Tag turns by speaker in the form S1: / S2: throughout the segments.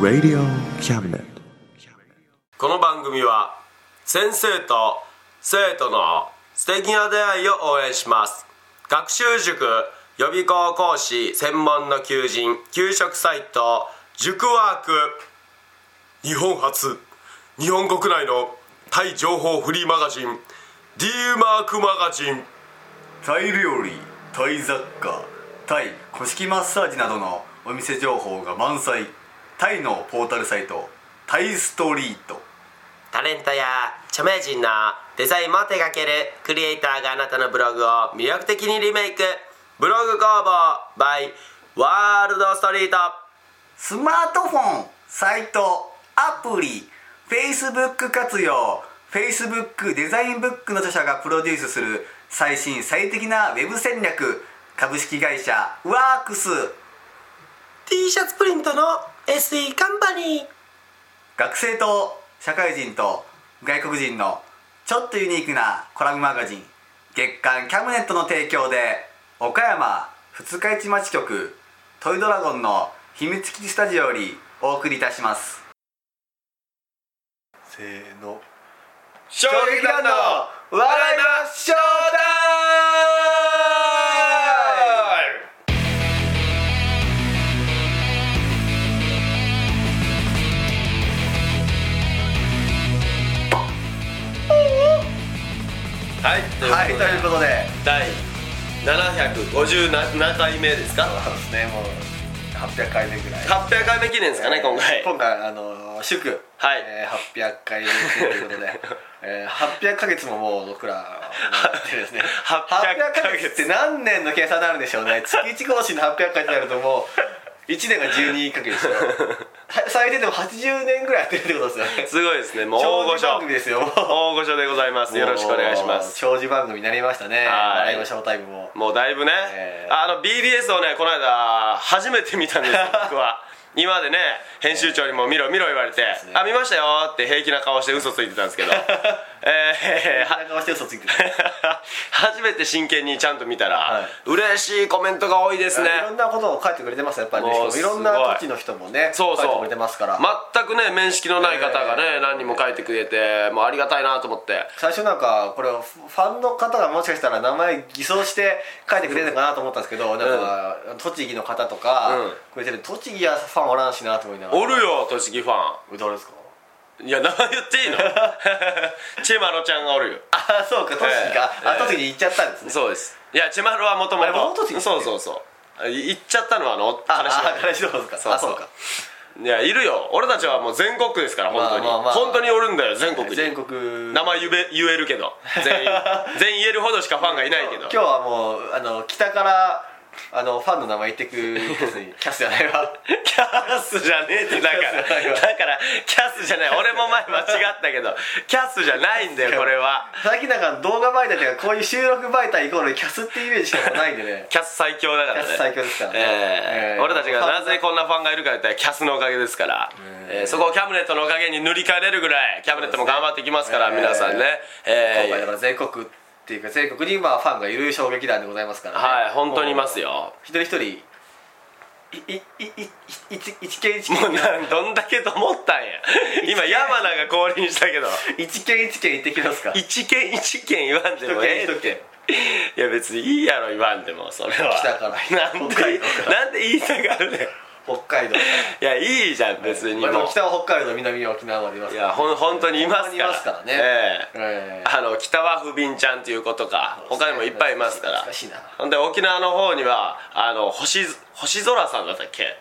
S1: Radio Cabinet.
S2: この番組は先生と生徒の素敵な出会いを応援します学習塾予備校講師専門の求人給食サイト塾ワーク日本初日本国内のタイ情報フリーマガジン D マークマガジン
S3: タイ料理タイ雑貨タイ古式マッサージなどのお店情報が満載タイのポータルサイトタイストリート
S2: タレントや著名人のデザインも手掛けるクリエイターがあなたのブログを魅力的にリメイクブログ工房 by ワールドストリート
S3: スマートフォンサイトアプリ Facebook 活用 Facebook デザインブックの著者がプロデュースする最新最適なウェブ戦略株式会社ワークス
S2: T シャツプリントの SE カンパニー
S3: 学生と社会人と外国人のちょっとユニークなコラムマガジン月刊キャムネットの提供で岡山二日市町局トイドラゴンの秘密基地スタジオよりお送りいたしますせーの
S2: 衝撃
S3: 団の
S2: 笑いましょうはい、ということで、
S3: はいということで
S2: 第757回目ですか
S3: そうですねもう800回目ぐらい
S2: 800回目記念ですかね今回
S3: 今回あの祝、
S2: はい
S3: えー、800回目というこ とで、えー、800ヶ月ももう僕ら思ってですね
S2: 800
S3: 800ヶ月って何年の計算になるんでしょうね月1更新の800回ってなるともう1年が12ヶ月でしょは最低でも80年ぐらいやってるってことですよね
S2: すごいですねもう大御
S3: 長寿
S2: 所
S3: 番組ですよもう
S2: 大御所でございますよろしくお願いします
S3: 長寿番組になりました
S2: は
S3: ね
S2: い
S3: 笑いのショータイムも
S2: もうだいぶね、
S3: えー
S2: あの BDS をねこの間初めて見たん ですよ僕は今までね編集長にも見ろ見ろ言われて、
S3: すね
S2: あ見ましたよって平気な顔して嘘ついてたんですけ どえーは
S3: 鼻顔して嘘ついてる
S2: 初めて真剣にちゃんと見たら、
S3: は
S2: 嬉しいコメントが多いですね
S3: いろんなことを書いてくれてますやっぱりね
S2: もう
S3: しかもいろん
S2: すごい
S3: な土地の人もね
S2: そうそう
S3: 書いてくれてますから
S2: 全くね面識のない方がね、
S3: えー
S2: 何人も書いてくれてもうありがたいなと思って
S3: 最初なんかこれファンの方がもしかしたら名前偽装して書いてくれるのかなと思ったんですけど、なんか栃木の方とか
S2: うん
S3: くれてる栃木やファンおらんしなと思いながら
S2: おるよ栃木ファ
S3: 誰ですか
S2: ンいや名前言っていいの チェマロちゃんがおるよ
S3: あそうか栃木か、
S2: ええ
S3: あ栃木に行っちゃったんですね
S2: そうですいやチェマロはもとも
S3: あれ元々
S2: と
S3: 栃木ですね
S2: そうそうそうい行っちゃったのはあの
S3: あ
S2: 彼氏
S3: あ彼氏どうですか
S2: そう
S3: あ
S2: そ
S3: そううか
S2: いやいるよ俺たちはもう全国区ですから本当に、
S3: まあまあまあ
S2: 本当におるんだよ全国に
S3: 全国
S2: 名前言え言えるけ ど全員全員言えるほどしかファンがいないけど
S3: 今日はもうあの北からあのファンの名前言ってくで すねキャスじゃないわ
S2: キャスじゃねえってだからだ
S3: キャスじゃないわ
S2: からキャスじゃない俺も前間違ったけどキャスじゃないんだよこれは
S3: 最近なんか動画媒体とかこういう収録媒体イコールキャスってイメージしかないんでね
S2: キャス最強だからね
S3: キャス最強ですからね
S2: えー
S3: えー
S2: 俺たちがなぜこんなファンがいるかって言ったらキャスのおかげですから、えーそこをキャブネットのおかげに塗り替えれるぐらいキャブネットも頑張っていきますから、
S3: そうですね
S2: 皆さんね、
S3: 今
S2: え
S3: 回だか
S2: ー
S3: ら全国っていうか全国にまあファンがいる衝撃団でございますからね
S2: はい本当にいます
S3: よ
S2: よ
S3: 一人一人いいいいい一一件一
S2: もう
S3: 件
S2: なんどんだけと思ったんや今山名が降臨したけど
S3: 一件一件行ってきますか一
S2: 一件一件言わんでもええ
S3: 件一件
S2: いや別にいいやろ言わんでもそれは
S3: 北から
S2: なんで
S3: 北海道か
S2: なんで言いたがるねん
S3: 北海道か
S2: いやいいじゃん別に
S3: まあで
S2: も
S3: も北は北海道南は沖縄までいます
S2: うい
S3: から
S2: やほん本当にいますか
S3: ほんまに
S2: ら
S3: いますからね
S2: ええ
S3: え
S2: あの北は不便ちゃんっていう子とか
S3: そうで
S2: 他
S3: すね
S2: にもいっぱいいますから
S3: 懐かしいな
S2: ほんで沖縄の方にはあの星星空さんだったっけ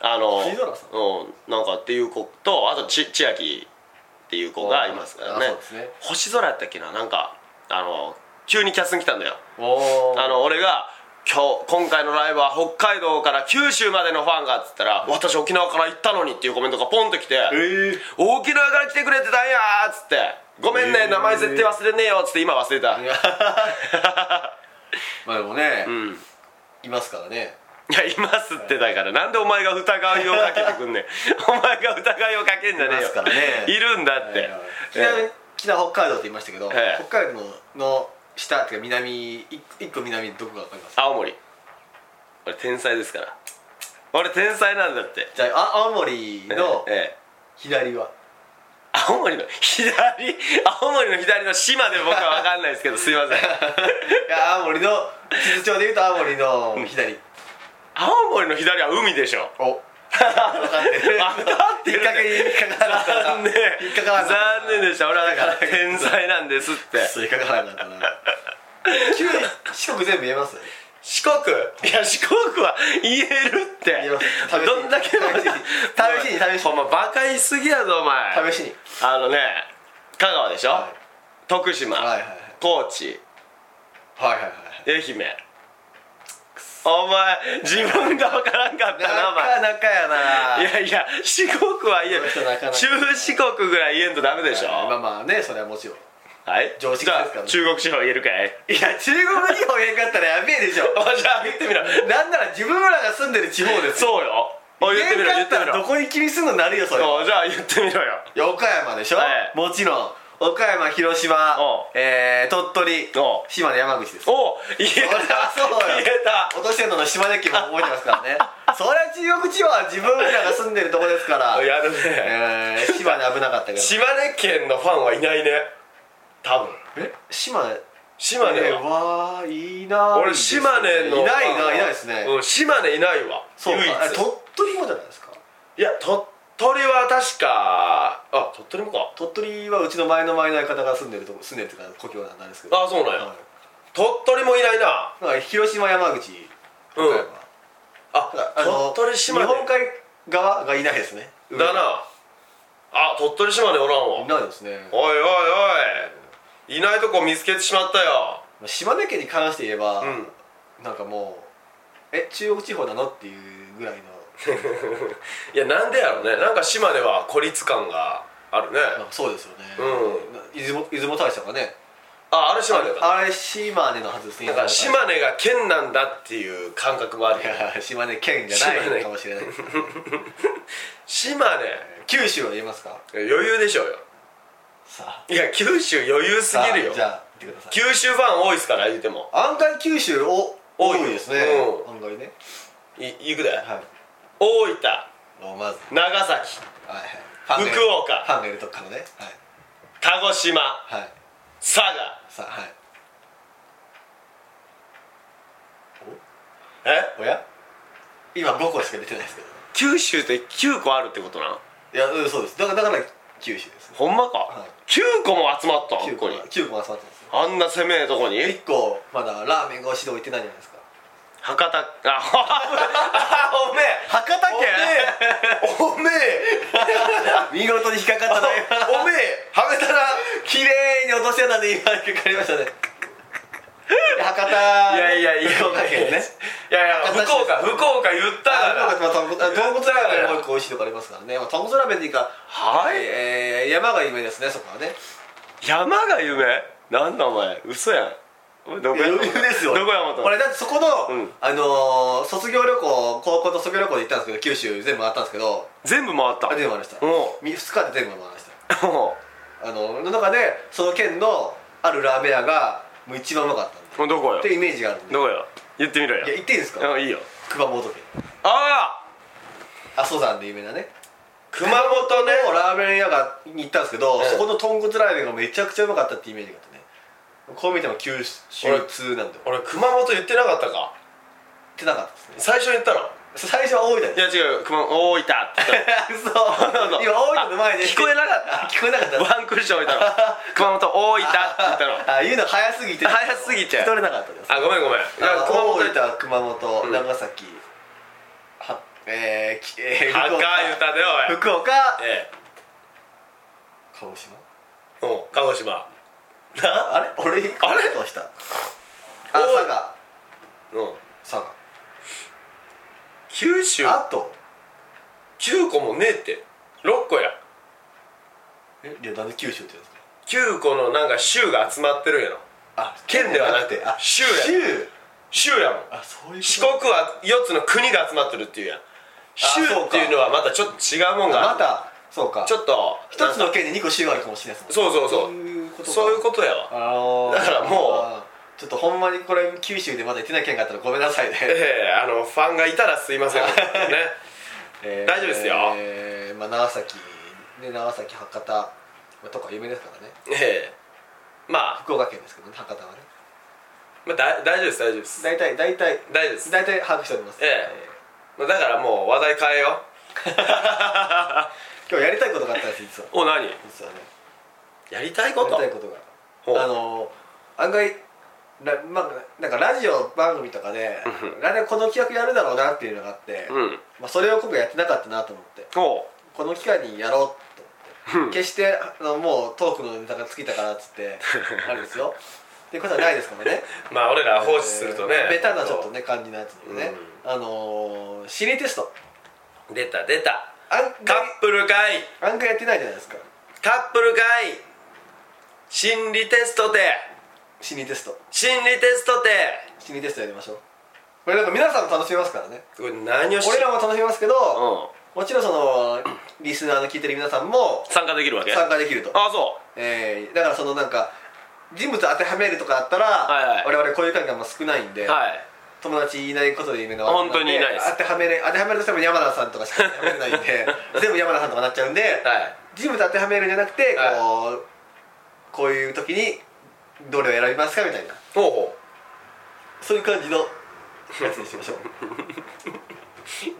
S2: あの
S3: 星空さん
S2: うんなんかっていう子とあとち千秋っていう子がいますからね
S3: あそうですね
S2: 星空やったっけななんかあの急にキャスに来たんだよ
S3: ー、おお
S2: あの俺が今日今回のライブは北海道から九州までのファンがっつったら私沖縄から行ったのにっていうコメントがポンと来て
S3: えー、
S2: 沖縄から来てくれてたんやーっつってごめんね
S3: えー
S2: 名前絶対忘れねえよっつって今忘れた
S3: いや まあでもね、
S2: うん
S3: いますからね
S2: いやいますってだからなんでお前が疑いをかけてく んねんお前が疑いをかけんじゃねえ
S3: いま
S2: よ
S3: すからね
S2: いるんだって、
S3: ちなみに北は北海道って言いましたけど、
S2: ええ
S3: 北海道の下っていうか南い一個南どこかわかります
S2: 青森俺天才ですから俺天才なんだって
S3: じゃああ青森の
S2: ええ
S3: 左は
S2: 青森の左青森の左の島で僕は分かんないですけどすい ません
S3: いや青森の地図帳でいうと青森の左
S2: 青森の左は海でしょ
S3: お 分かってる
S2: あ分かってる
S3: 引っ掛けに引っかからなかった
S2: 残念
S3: 引っかからなかった
S2: 残念でした俺はだから天才なんですって
S3: そう引っかからなかったな急に四国全部言えます
S2: 四国いや四国は言えるって
S3: 言えます試しに
S2: どんだけ
S3: 試しに試しに試しに
S2: ほんまバカ言いすぎやぞお前
S3: 試しに
S2: あのね香川でしょ、
S3: はい
S2: 徳島、
S3: はいはいはい
S2: 高知
S3: はいはいはい
S2: 愛媛お前自分が分からんかったなお前
S3: なかやない
S2: やいや四国は言え
S3: この人なかなか
S2: 中四国ぐらい言えんとダメでしょ、
S3: まあまあねそれはもちろん
S2: はい
S3: 常
S2: じ
S3: 識ですから
S2: ゃ
S3: ね
S2: あ中国地方言えるかい
S3: いや中国地方言えんかったらやべえでしょ
S2: あじゃあ言ってみろ
S3: なんなら自分らが住んでる地方ですよ
S2: そうよお言ってみろ言
S3: 言
S2: っ
S3: ってた
S2: み
S3: ら
S2: ろ
S3: どこに気にすんのなるよそれは
S2: おじゃあ言ってみろよ
S3: いや岡山でしょ、
S2: はい
S3: もちろん岡山広島
S2: お、
S3: えー、鳥取
S2: お
S3: 島根山口です
S2: お言え
S3: そりゃ
S2: た
S3: そうよ
S2: 言えた
S3: 落としてんのの島根県も覚えてますから ねそりゃ中国地方は自分らが住んでるとこですか ら
S2: やるね
S3: えー、島根危なかったけど
S2: 島根県のファンはいないね多分
S3: え島根
S2: 島根は
S3: はいない
S2: 俺
S3: ですね
S2: 島根の
S3: いないないないですね、
S2: うん島根いないわ
S3: そうか
S2: 唯一
S3: え鳥取もじゃないですか
S2: いや鳥取は確かあ鳥取もか
S3: 鳥取はうちの前の前の相方が住んでるとこ住んでるっていうか故郷なんですけど
S2: あそうなんや、
S3: はい
S2: 鳥取もいないな
S3: だから広島山口
S2: うん
S3: 岡山
S2: あ
S3: あの
S2: 鳥取島根
S3: 日本海側がいないですね
S2: だなあ鳥取島根おらんわ
S3: いないですね
S2: おいおいおいいないとこ見つけてしまったよ
S3: 島根県に関して言えば、
S2: うん
S3: なんかもうえ中国地方なのっていうぐらい の
S2: いやなんでやろうねなんか島根は孤立感があるね
S3: なんかそうですよね、
S2: うん
S3: な出雲出雲大社がね
S2: ああれ島根だ
S3: あれ島根のはずですね
S2: なんか島根が県なんだっていう感覚もある
S3: いや島根県じゃない
S2: 島根
S3: かもしれないです
S2: 島根
S3: 九州は言えますか
S2: 余裕でしょうよ
S3: さあ
S2: いや九州余裕すぎるよ
S3: さあじゃあ言ってください
S2: 九州ファン多いっすから言うても
S3: 案外九州お
S2: 多
S3: 多
S2: い
S3: いですね、
S2: う
S3: 案外ね
S2: いいくで、
S3: はい
S2: 大分
S3: おまず
S2: 長崎
S3: はいはい
S2: 福
S3: ファンがいるフ
S2: 岡
S3: ァンがいるとこからね
S2: 鹿児島
S3: はいはい
S2: 佐賀
S3: さあはい
S2: え
S3: おや今5個しか出てないですけど
S2: 九州って9個あるってことない
S3: やうんそうですだからだから九州です
S2: ほんまか、
S3: はい
S2: 9個も集まったん
S3: 九
S2: ここ
S3: 個
S2: に
S3: が九個が集まってますよ
S2: あんな攻めえとこに
S3: 1個まだラーメンご指導行ってないじゃないですか
S2: 博多あおめえ
S3: 博多
S2: おめえ
S3: 見事に引っかかったね
S2: おめえはめたら
S3: 綺麗に落としてたんで今引っかかりましたね博多 い
S2: いやいやいや
S3: 福岡県ね
S2: いやいや
S3: 博多市
S2: 福岡福岡言ったか
S3: あ
S2: ら
S3: 福岡ってまあ豚骨豚骨ラーメンもう一個美味しいとこありますからねまあ豚骨ラーメンでいいか
S2: はい
S3: えー山が有名ですねそこはね
S2: 山が夢なんだお前嘘やんお前どこや
S3: 余裕ですよ
S2: どこやもと
S3: 俺だってそ この、
S2: うん
S3: あのー卒業旅行高校と卒業旅行で行ったんですけど九州全部回ったんですけど
S2: 全部回った
S3: あ全部回りました
S2: お
S3: 2日で全部回りまし
S2: うお
S3: たあのの中でその県のあるラーメン屋がもう一番うまかったんで
S2: うもうどこよ
S3: っていうイメージがあるんでい
S2: どこよ言ってみろよ
S3: や行っていいですか
S2: うんいいよ
S3: 熊本県
S2: ああ
S3: 阿蘇山で有名なね
S2: 熊本ね
S3: のラーメン屋がに行ったんですけど、
S2: うん
S3: そこの豚骨ラーメンがめちゃくちゃうまかったってイメージがあってねこう見ても九州通なんで言っ
S2: 俺熊本言ってなかったか
S3: てなかったですね
S2: 最初言ったの
S3: 最初は大分
S2: い
S3: で
S2: や違う熊大分って言った
S3: すそう今大分の前で
S2: 聞こえなかった
S3: あ聞こえなかった
S2: ワンクッション置い たの熊本大分って言ったの
S3: あ言うの早すぎて
S2: 早すぎて
S3: 聞き取れなかったです
S2: あごめんごめんい
S3: あの
S2: や熊本言
S3: 大
S2: った
S3: 分熊本、
S2: うん
S3: 長崎はえー、きえー、
S2: 赤
S3: 福岡
S2: 言ったでおい
S3: 福岡
S2: ええ
S3: 鹿児島
S2: うん鹿児島
S3: あれ俺一個
S2: あれ
S3: どうしたあ
S2: おい
S3: 佐賀
S2: うん
S3: 佐
S2: 九州
S3: 賀あと
S2: 9個もねえって6個や
S3: えいやなんで九州って言うん
S2: 9
S3: ですか
S2: 個のなんか州が集まってるんやろ
S3: あ
S2: 県ではなくて
S3: あ
S2: 州
S3: 州
S2: や
S3: 州
S2: 州やもん
S3: あそういうこと
S2: 四国は4つの国が集まってるっていうやん州っていうのはまたちょっと違うもんがあ
S3: あま
S2: る
S3: たそうか
S2: ちょっと
S3: 一つの県に二個州があるかもしれないですもん
S2: そうそうそう
S3: そういうことか
S2: そういうことやわ
S3: あー
S2: だからもう
S3: あちょっとほんまにこれ九州でまだ行ってない県があったらごめんなさいね、
S2: ええあのファンがいたらすいませんね
S3: えー
S2: 大丈夫ですよ
S3: えーまあ、長崎で長崎博多まあとか有名ですからね
S2: ええまあ、
S3: 福岡県ですけどね博多はね
S2: まあ、だ大丈夫です大丈夫です
S3: 大体大体
S2: 大丈夫です
S3: 大体把握しております
S2: ええまあだからもう話題変えよ
S3: ー今日やりたいことがあったんです実は
S2: うお何
S3: 実はね
S2: やりたい
S3: や
S2: こ
S3: り
S2: と
S3: たいこ
S2: ほう
S3: とがあのー案外ラ,、まあ、なんかラジオ番組とかで
S2: うん
S3: 来年この企画やるだろうなっていうのがあって、
S2: うん
S3: まあ、それを今回やってなかったなと思って
S2: おう
S3: この機会にやろうと
S2: うん
S3: 決してあのもうトークのネタが尽きたからっつって あるんですよっていうことはないですからね
S2: まあ俺ら放置するとね、
S3: えーベタなちょっとね感じのやつでね、あのー、心理テスト
S2: 出た出た
S3: 案
S2: カ
S3: 外
S2: ップル会
S3: 案外やってないじゃないですか
S2: カップル会心理テストで
S3: 心理テスト
S2: 心理テストで
S3: 心理テストやりましょうこれなんか皆さんも楽しめますからね
S2: これ何をし
S3: 俺らも楽しめますけど、
S2: うん
S3: もちろんそのリスナーの聞いてる皆さんも
S2: 参加できるわけ
S3: 参加できると、
S2: あそ
S3: えー、だからそのなんか人物当てはめるとかあったら、
S2: いはい
S3: 我々こういう関係があんま少ないんで、
S2: うはい
S3: 友達いないことで有名な
S2: 本当にいないです
S3: 当てはめれ当てはめるとしても山田さんとかしか当てはめれな いんで全部山田さんとかなっちゃうんで、
S2: はい
S3: 人物当てはめるんじゃなくてこう、
S2: はい
S3: こういう時にどれを選びますかみたいな
S2: ほうほ
S3: そういう感じのやつにしましょう
S2: う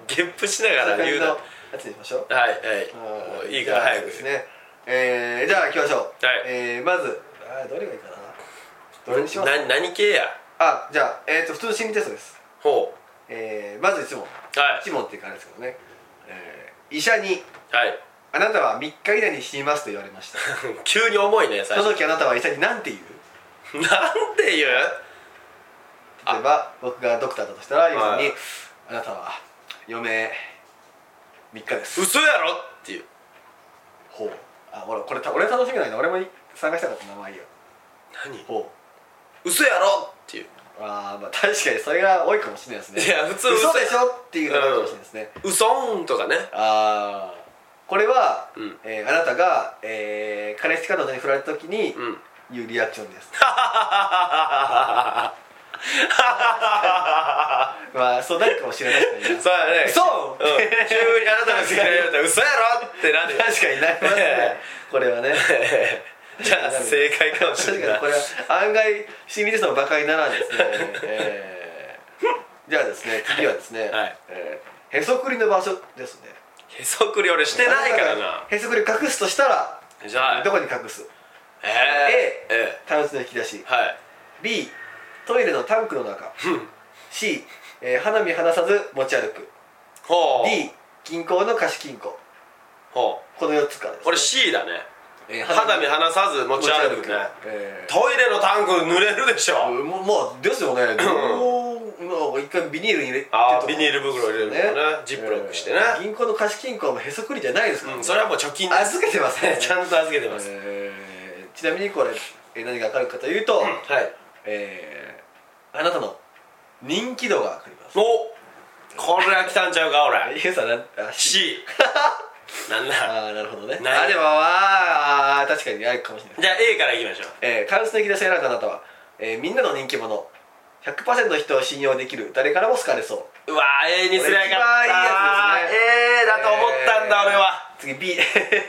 S2: ゲップしながら
S3: そうい
S2: 言
S3: う
S2: うな
S3: 感じの
S2: は
S3: やつにしましょう
S2: いはいもういいから
S3: じゃあ
S2: 早く
S3: ですね、えー、じゃあ行きましょう、
S2: はい
S3: えーまずあーどれがいいかなどれにします
S2: な何系や
S3: あじゃあ、えー、と普通の心理テストです、
S2: ほ
S3: えー、まず1問
S2: うはい
S3: 1問っていうかあれですけどね、えー医者に
S2: はい
S3: あなたは3日以内に死にますと言われました
S2: 急に重いね
S3: そ
S2: 最
S3: の
S2: 初
S3: 時あなたは医者に何て言う
S2: なんて言う
S3: 例えば僕がドクターだとしたら医者
S2: は
S3: に
S2: い
S3: 「あなたは余命3日です」
S2: 嘘やろっていう
S3: ほうあ俺これた俺楽しみないな俺も参加したかったなまあいいよ
S2: 何
S3: ほ
S2: 嘘やろっていう
S3: うあーまあ確かにそれが多いかもしれないですね
S2: いや普通
S3: 嘘
S2: 嘘
S3: でしょっていうのが多いかもしれないですね、
S2: 嘘んとかね
S3: ああこれは、
S2: うん
S3: えーあなたが、えー、彼氏彼女に振られた時に
S2: うん
S3: 言うリアクションですまあそうなるかもしれないです ね
S2: そうやね
S3: 嘘
S2: うん急にあなたが好きなようになったら嘘やろってなるよ
S3: 確かになりますね
S2: え
S3: これ はね
S2: えじゃあ正解かもし
S3: 確
S2: れな
S3: かに
S2: い
S3: これは案外心理テストのバカにならんですね、えーじゃあですね次はですね、
S2: はい
S3: えーへそくりの場所ですね
S2: へそくり俺してないからな
S3: へそくり隠すとしたら
S2: じゃあ
S3: どこに隠す
S2: ええ
S3: A
S2: え
S3: タンスの引き出し
S2: えはい
S3: B トイレのタンクの中 C、えー花見離さず持ち歩く
S2: ほう
S3: D 銀行の貸金庫
S2: ほう
S3: この4つからです、ね、
S2: 俺 C だね
S3: えー
S2: 肌身離さず持ち歩くね
S3: えー
S2: トイレのタンク濡れるでしょ
S3: もうまあですよねもう一回ビニールに入れて
S2: あー
S3: と
S2: ビニール袋入れるのねジップロックしてね
S3: えー銀行の貸金庫もへそくりじゃないですから、
S2: うんそれはもう貯金です
S3: 預けてませ ん
S2: ちゃんと預けてます
S3: えーちなみにこれ、えー何がわかるかというと、
S2: はい
S3: えーあなたの人気度がわかります
S2: おこれは来たんちゃうか俺
S3: ゆうさんなんあ
S2: C なんだ
S3: ああなるほどね
S2: ない
S3: あでもまああー確かにあるかもしれない
S2: じゃあ A からいきましょう
S3: えー、関数的な選ばれたあなたは、えーみんなの人気者100%の人を信用できる誰からも好かれそう
S2: うわー A にすりゃよかった
S3: これ一番いいやつですね
S2: A だと思ったんだ
S3: えー
S2: 俺は
S3: 次 B
S2: え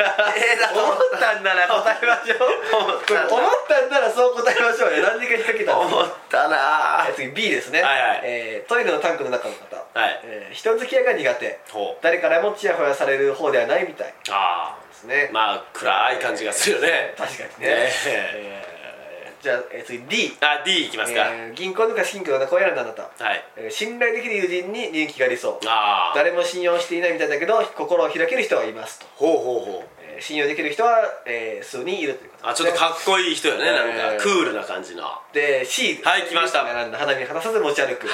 S2: だと思ったんだな
S3: 答えましょう
S2: 思っ
S3: これ
S2: た
S3: 思ったんならそう答えましょうよ何時間引っ掛けたんです
S2: 思
S3: か
S2: ったな
S3: えー次 B ですね、
S2: はいはい
S3: えートイレのタンクの中の方、
S2: はい
S3: えー人付き合いが苦手
S2: ほう
S3: 誰からもチヤホヤされる方ではないみたいで
S2: あ
S3: すね
S2: あまあ暗い感じがするよね
S3: 確かにね、
S2: え
S3: えーじゃあ、えー次 D、
S2: あ D いきますか
S3: えー銀行の貸金庫の中を選んだあなた、
S2: はい
S3: えー信頼できる友人に人気がありそう
S2: ああ
S3: 誰も信用していないみたいだけど心を開ける人はいますと、
S2: ほうほうほう
S3: えー信用できる人は、えー数人いるということ
S2: あち
S3: です
S2: ょっ
S3: ね
S2: とかっこいい人よねなん
S3: えー
S2: かクールな感じのは
S3: で C です
S2: はい来ました
S3: 選んだ花見離さず持ち歩く、
S2: い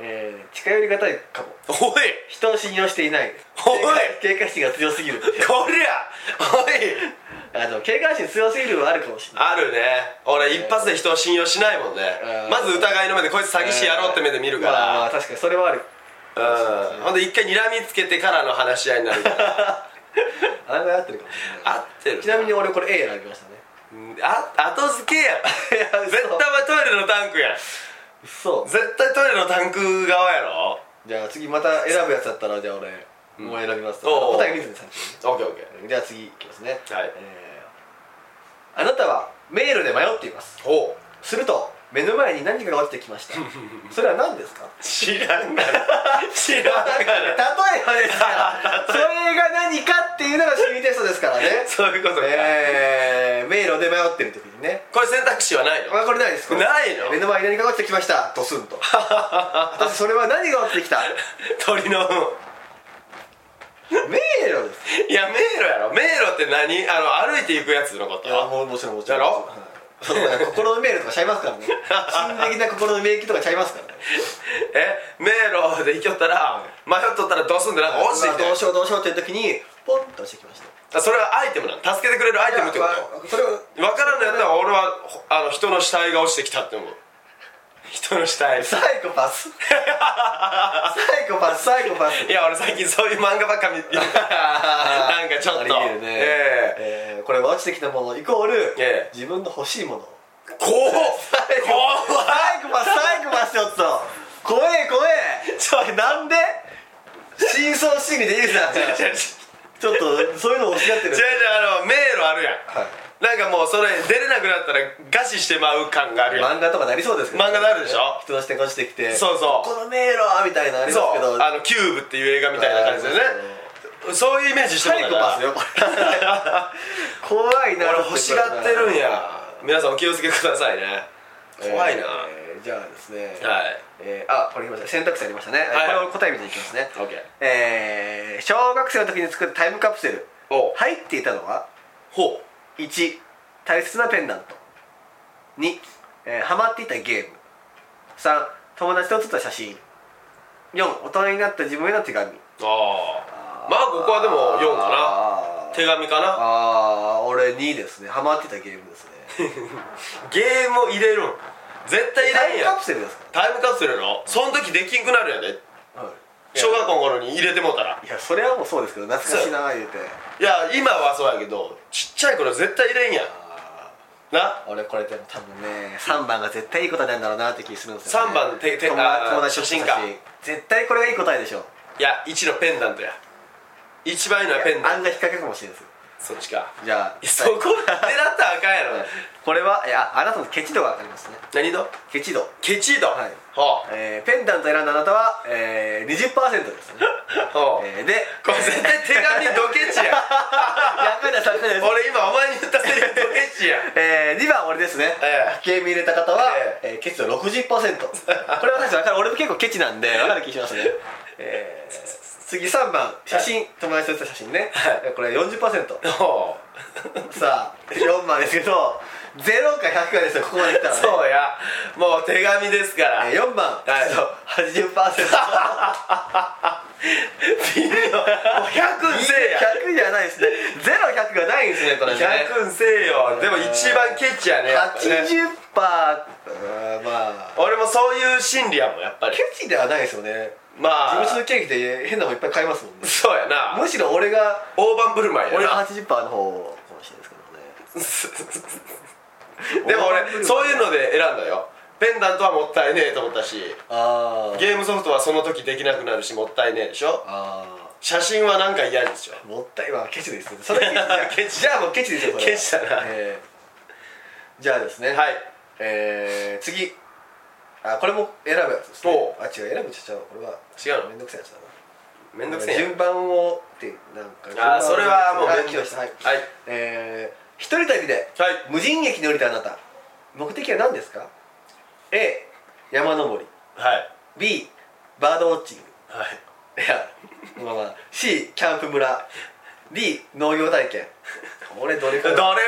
S3: えー近寄りがたいかも
S2: おい
S3: 人を信用していない
S2: おい
S3: 警戒警戒心が強 すぎる
S2: こりゃおい
S3: あの警戒心強すぎるはあるかもしれない
S2: あるね俺一発で人を信用しないもんね
S3: うん
S2: まず疑いの目でこいつ詐欺師やろうって目で見るか
S3: まあまあ
S2: ら
S3: 確かにそれはある
S2: うんほんで一回睨みつけてからの話し合いになるから
S3: あれが合ってるかもしれない
S2: 合ってる
S3: ちなみに俺これ A 選びましたね
S2: うん
S3: あ後付け やいや
S2: 絶対お前トイレのタンクやん
S3: そう
S2: 絶対トイレのタンク側やろ
S3: じゃあ次また選ぶやつだったらじゃあ俺、もう選びます
S2: おうおう
S3: 答え見ずに参照ね
S2: オッケーオッケ
S3: じゃあ次いきますね
S2: はい
S3: えーあなたは迷路で迷っています
S2: ーほ
S3: すると目の前に何かが落ちてきま したそれは何ですか
S2: う知らんがな知らんが
S3: 例え
S2: な
S3: ばで すからそれが何かっていうのが心理テストですからね
S2: そういうことか、
S3: えー、迷路で迷ってる時にね
S2: これ選択肢はないの
S3: あこれないですか
S2: ないの
S3: 目の前に何かが落ちてきましたドス ンと私それは何が落ちてきた
S2: 鳥の 糞
S3: 迷路で
S2: い
S3: す
S2: や迷路やろ迷路って何あの歩いていくやつのこと
S3: いやもうもちろんもちろん
S2: だろ
S3: はいそうだよ心の迷路とかちゃいますから ね心理的な心の迷路とかちゃいますからね
S2: え迷路で行きよったら迷っとったらどうすんでなんか落ちてき
S3: うわどう
S2: て
S3: しようどうしようっていう時にポンと落ちてきました
S2: それはアイテムなの助けてくれるアイテムってこ
S3: いや
S2: と
S3: まあそれを
S2: 分からんのやったら俺はほあの人の死体が落ちてきたって思う人の死体
S3: サイコパスサイコパスサイコパス
S2: いや俺最近そういう漫画ばっか見 てなんかちょっと
S3: ありえるね、
S2: ええ
S3: えーこれは落ちてきたものイコール、
S2: ええ
S3: 自分の欲しいもの
S2: 怖っ怖っ
S3: サイコパスサイコパスちょっと怖え怖え
S2: ちょっと
S3: なんで真相心理でいいですか
S2: 違う違う違う違う違
S3: ちょっとそういうのを失ってる
S2: うあの迷路あるやん
S3: はい
S2: なんかもうそれ出れなくなったら餓死してまう感があるやん
S3: 漫画とかなりそうですけど
S2: 漫画なるでしょ
S3: 人の視点が落ちてきて
S2: そうそう
S3: この迷路はみたいなのあります
S2: そ
S3: けど
S2: うあのキューブっていう映画みたいな感じでねそういうイメージして
S3: サ
S2: も
S3: イ
S2: ら
S3: コ
S2: ったら
S3: パスよこれ怖い な
S2: 俺欲しがってるんや皆さんお気をつけくださいね怖いな、
S3: えーじゃあですね
S2: はい
S3: えーあこれ来ました選択肢ありましたね、
S2: い
S3: これを答え見ていきますね
S2: OK
S3: えー小学生の時に作ったタイムカプセル
S2: おう
S3: 入っていたのは
S2: ほ
S3: 1大切なペンダント2、えーハマっていたゲーム3友達と写った写真4大人になった自分への手紙
S2: うああまあここはでも4か
S3: あ
S2: な
S3: ー
S2: 手紙かな
S3: あー俺2ですねハマってたゲームですね
S2: ゲームを入れるん絶対入
S3: タ
S2: れ
S3: イ
S2: ん
S3: ム
S2: や
S3: カ
S2: ん
S3: プセルですか
S2: タイムカプセルのその時できんくなるやで
S3: ら、はい
S2: 小学校の頃に入れてもうたら
S3: いやそれはもうそうですけど懐かしいな言うて
S2: いや今はそうやけどちっちゃい頃絶対入れんやんな
S3: 俺これでも多分ね3番が絶対いい答えなんだろうなって気するんですよ、ね、
S2: 三番てて
S3: 友
S2: あー
S3: 達友達と写真
S2: 写
S3: か
S2: 真
S3: 絶対これがいい答えでしょ
S2: いや1のペンダントや一番いいのはペンダ
S3: あ
S2: ント
S3: んが引っ掛けかもしれないです
S2: そっちか
S3: じゃあ
S2: いやそこ狙ったらあかんやろ、
S3: はい これはいやあなたのケチ度が分かりますね
S2: 何の
S3: ケチ度
S2: ケチ度
S3: はい
S2: ほう
S3: えーペンダント選んだあなたは、えー、20%ですね、
S2: ほう
S3: えーで
S2: これ絶対手紙ドケ チや
S3: 役には立たないです
S2: 俺今お前に言ったセリフドケチや
S3: えー、2番俺ですね、
S2: ええ
S3: ゲーム入れた方は、
S2: え
S3: えーケチ度60%これは確かに分かる俺も結構ケチなんで分かる気しますね、えー、次3番写真、友達と写った写真ね、
S2: は
S3: これ40%
S2: ほ
S3: さあ4番ですけど0か100かですよここまで来た
S2: う
S3: ら、ね、
S2: そうやもう手紙ですから
S3: えー、4番、
S2: はい
S3: はい、80%も
S2: 微妙100
S3: う100
S2: せえや
S3: 100じゃないですね0100がないんですねこれね
S2: 100んせえよでも一番ケチやねやっぱね
S3: 80%パーまあ
S2: 俺もそういう心理やもんやっぱり
S3: ケチではないですよね事
S2: まあ
S3: 務所のケーキで変なもんいっぱい買いますも んね
S2: そうやな
S3: むしろ俺が
S2: 大盤振る舞いや
S3: 俺
S2: な
S3: が80%の方かもしれないですけ どね
S2: でも
S3: 大盤振
S2: 俺
S3: る舞い
S2: そういうので選んだよペンダントはもったいねえと思ったし
S3: あー
S2: ゲームソフトはその時できなくなるしもったいねえでしょ
S3: あ
S2: 写真はなんか嫌でしょ
S3: ーもったいはケチですねそれケ チじゃあもうケチですよそれは
S2: ケチだな
S3: えーじゃあですね
S2: はい
S3: えー次あこれも選ぶやつですね
S2: おう
S3: あ違う選ぶちゃちゃうこれは
S2: 違うの
S3: めんどくさいやつだな
S2: めんどくせえやん
S3: 順番をってなんか順番
S2: あー
S3: を
S2: それはもう
S3: あ
S2: 面
S3: 来ましたはい、
S2: はい
S3: えー、一人旅で
S2: はい
S3: 無人駅に降りたあなた目的は何ですか A 山登り
S2: はい
S3: B バードウォッチング
S2: はい
S3: いやまあまあ C キャンプ村 D 農業体験俺どれ
S2: ど
S3: か
S2: れも
S3: な
S2: 嫌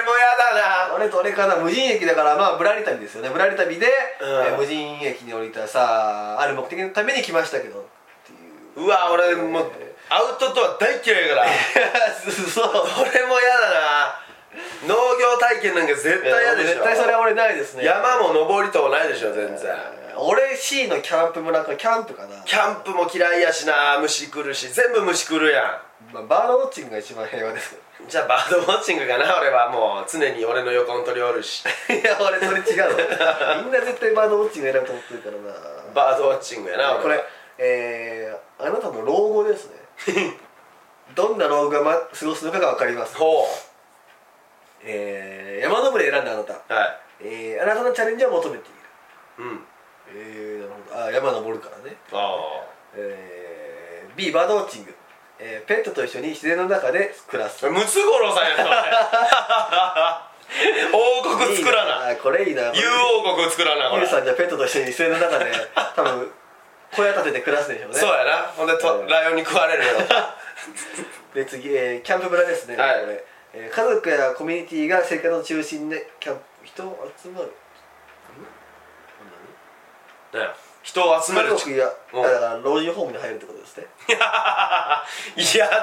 S2: だな
S3: 俺どれかな無人駅だからまあぶらり旅ですよねぶらり旅で、
S2: うん
S3: えー無人駅に降りたさあある目的のために来ましたけどっていう
S2: うわ俺もう
S3: え
S2: アウトドア大嫌いやから
S3: ーそう
S2: 俺も嫌だな農業体験なんか絶対嫌でしょ
S3: 絶対それは俺ないですね
S2: 山も登りともないでしょ全然
S3: 俺 C のキャンプ村かキャンプかな
S2: キャンプも嫌いやしな虫来るし全部虫来るやん
S3: まあ、バードウォッチングが一番平和ですけ
S2: じゃあバードウォッチングかな俺はもう常に俺の横に鳥おるし
S3: どいや俺それ違うわみんな絶対バードウォッチング選ぶと思ってるからな
S2: バードウォッチングやな俺は
S3: これえー、あなたの老後ですね どんな老後が、ま、過ごすのかが分かります
S2: ほ
S3: えー、山登りを選んだあなた、
S2: うはい
S3: えー、あなたのチャレンジを求めている
S2: うん
S3: えー、なるほどあ山登るからね
S2: ああ
S3: えー、B バードウォッチング、えー、ペットと一緒に自然の中で暮らす
S2: ムツゴロウさん やった俺王国作らない
S3: いなこれいいな
S2: 竜王国作らなこ
S3: ゆ
S2: れ
S3: う
S2: そう
S3: さんじゃあペットと一緒に自然の中で多分小屋建てて暮らすで しょうね
S2: やなほんでと
S3: うん
S2: ライオンに食われる よ
S3: で次、えーキャンプ村ですね、
S2: はい
S3: これえー家族やコミュニティが生活の中心でキャンプ人集まる
S2: ね人を集める
S3: 家
S2: ち
S3: 族や
S2: うん
S3: あだから老人ホームに入るってことですね
S2: やだ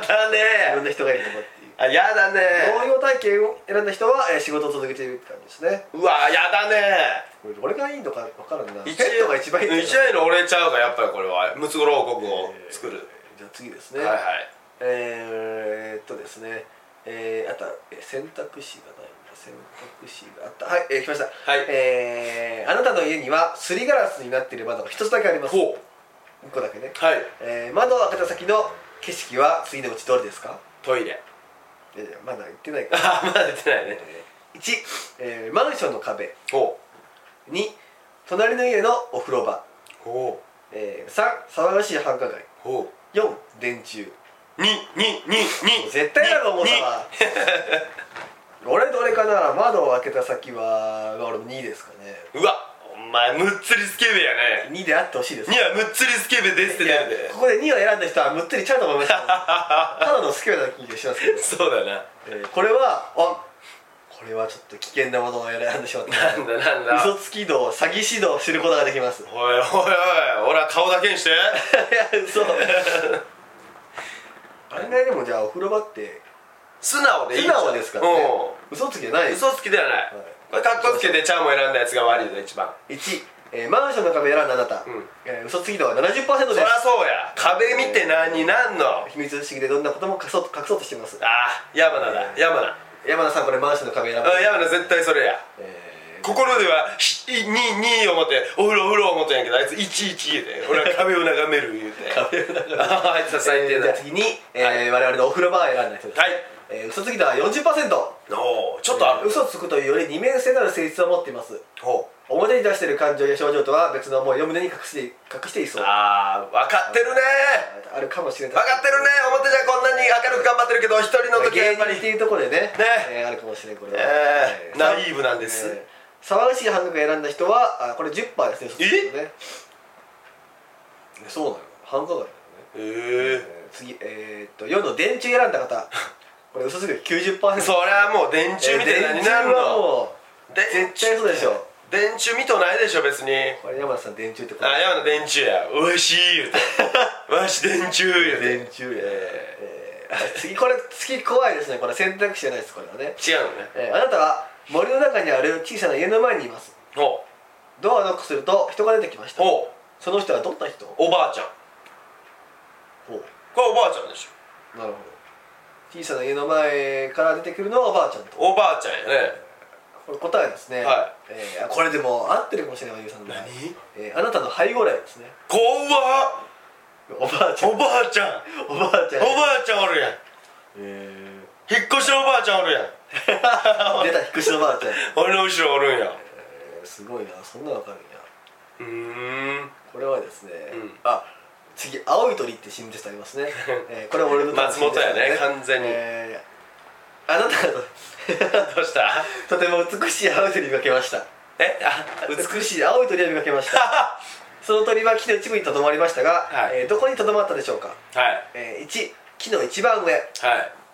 S3: いろん
S2: ね
S3: な人がいるとこっていう
S2: あやだね
S3: 農業体験を選んだ人は、えー仕事を続けているって感じですね
S2: うわやだね
S3: これどれがいいのか分からんなペ
S2: 一
S3: ットが一番いいんじゃない
S2: 一番いいの俺ちゃうかやっぱりこれはムツゴロウ王国を作る、
S3: えーじゃあ次ですね、
S2: はいはい
S3: えー、っとですねえー、あとはえー選択肢がないんだ選択肢があったはい、えー、来ました
S2: はい
S3: えー、あなたの家にはすりガラスになっている窓が一つだけあります
S2: ほう
S3: 一個だけね、
S2: はい
S3: えー、窓を開けた先の景色は次のうちどれですか
S2: トイレ
S3: いやいやまだ言ってないから
S2: あまだ出てないね
S3: 1、えー、マンションの壁
S2: ほ
S3: 2隣の家のお風呂場、
S2: うほう
S3: えー、3騒がしい繁華街
S2: ほう
S3: 4電柱
S2: にににに
S3: 絶対だと思ったわ 俺どれかな窓を開けた先はまあ俺も2ですかね
S2: にうわお前むっつりスケベやね
S3: 2であってほしいです
S2: にはむっつりスケベですって
S3: い
S2: 出
S3: や
S2: るで
S3: ここで2を選んだ人はむっつりちゃうと思い ましたただの好きな気がしますけど、
S2: そうだな
S3: えーこれはあこれはちょっと危険なものを選んでしまった
S2: なんだなんだ
S3: 嘘つき道詐欺師道を知ることができますい
S2: おいおいおい俺は顔だけにして
S3: や嘘 あれなりにもじゃあお風呂場って
S2: 素直でいい
S3: 素
S2: じゃん
S3: 直ですからね
S2: う
S3: 嘘つきじゃない
S2: ん嘘つきではない、これかっこつけてチャーも選んだやつが悪いぞ一番
S3: 1、えーマンションの壁選んだあなた、
S2: ん
S3: えー嘘つき度は70%です
S2: そりゃそうや壁見て何になんのあ
S3: 秘密主義でどんなことも隠そう隠そうとしています
S2: あ山名だ山名
S3: 山田さんこれマンションの壁選ぶ、
S2: うん山名絶対それや
S3: えー
S2: 心では「ひいにに」思って「お風呂お風呂」思ってんやけどあいつ「いちいち」言うて俺は壁を眺める言うて 壁を眺めるあいつは最低
S3: えーじ
S2: だ
S3: ゃあ次に、えー我々のお風呂場を選んだ人です、
S2: はい
S3: えー嘘つき度は40%
S2: おおちょっとある
S3: 嘘つくというより二面性のある性質を持っています
S2: ほう
S3: 表に出している感情や症状とは別の思いを胸に隠して隠していそうあ
S2: ああ分かってるね
S3: るかもしれない
S2: 分かってるね表じゃこんなに明るく頑張ってるけど一人の時はやっぱ
S3: 芸人
S2: り
S3: っていうところでねえーあるかもしれないこれは、
S2: えー
S3: さ
S2: ナイーブなんです
S3: 騒がしい反応が選んだ人はあこれ10%ですね嘘つき度ねそうなの繁華街だよね、
S2: え
S3: えー次えー、っと4の電柱選んだ方これ嘘つき度
S2: え
S3: 90%
S2: そりゃもう電柱みたいな
S3: えー
S2: に
S3: 電
S2: な
S3: 柱
S2: る
S3: は
S2: の
S3: も
S2: 電
S3: う絶対そうでしょ
S2: 電柱見とないでしょ別に
S3: これ山田さん電柱ってこ
S2: あ
S3: と
S2: 山名電柱やわし言う てわし電柱言うて
S3: 電柱や、えーあ次これ次怖いですねこれ選択肢じゃないですこれはね、
S2: 違うのね
S3: えーあなたは森の中にある小さな家の前にいます
S2: ほ
S3: ドアをノックすると人が出てきまし
S2: う
S3: た
S2: ほ
S3: その人はどんな人
S2: うおばあちゃん
S3: ほう
S2: これおばあちゃんでしょ
S3: なるほど小さな家の前から出てくるのはおばあちゃんと
S2: おばあちゃんやね
S3: これ答えですね、
S2: は
S3: えーあこれでも合ってるかもしれないわゆうさんの場合えーあなたの背後霊ですね
S2: 怖っ
S3: おばあちゃん
S2: おばあちゃん
S3: おばあちゃん
S2: おばあちゃんおるやん
S3: え
S2: 引っ越しのおばあちゃんおるやん
S3: ー出た引っ越しのおばあちゃん、え
S2: 俺の後ろおるんや
S3: ーすごいなそんなのわかるんや
S2: うーん
S3: これはですね、
S2: うん
S3: あ次「青い鳥」って新説あります ね、えーこれは俺の
S2: 松本やね完全に
S3: えーあなたが
S2: どうした
S3: ととても美しい青い鳥を見かけました
S2: えあ美
S3: 美しい青い鳥を見かけました その鳥は木の一部にとどまりましたが、
S2: はい
S3: えーどこにとどまったでしょうか、
S2: はい
S3: えー、1木の一番上
S2: はい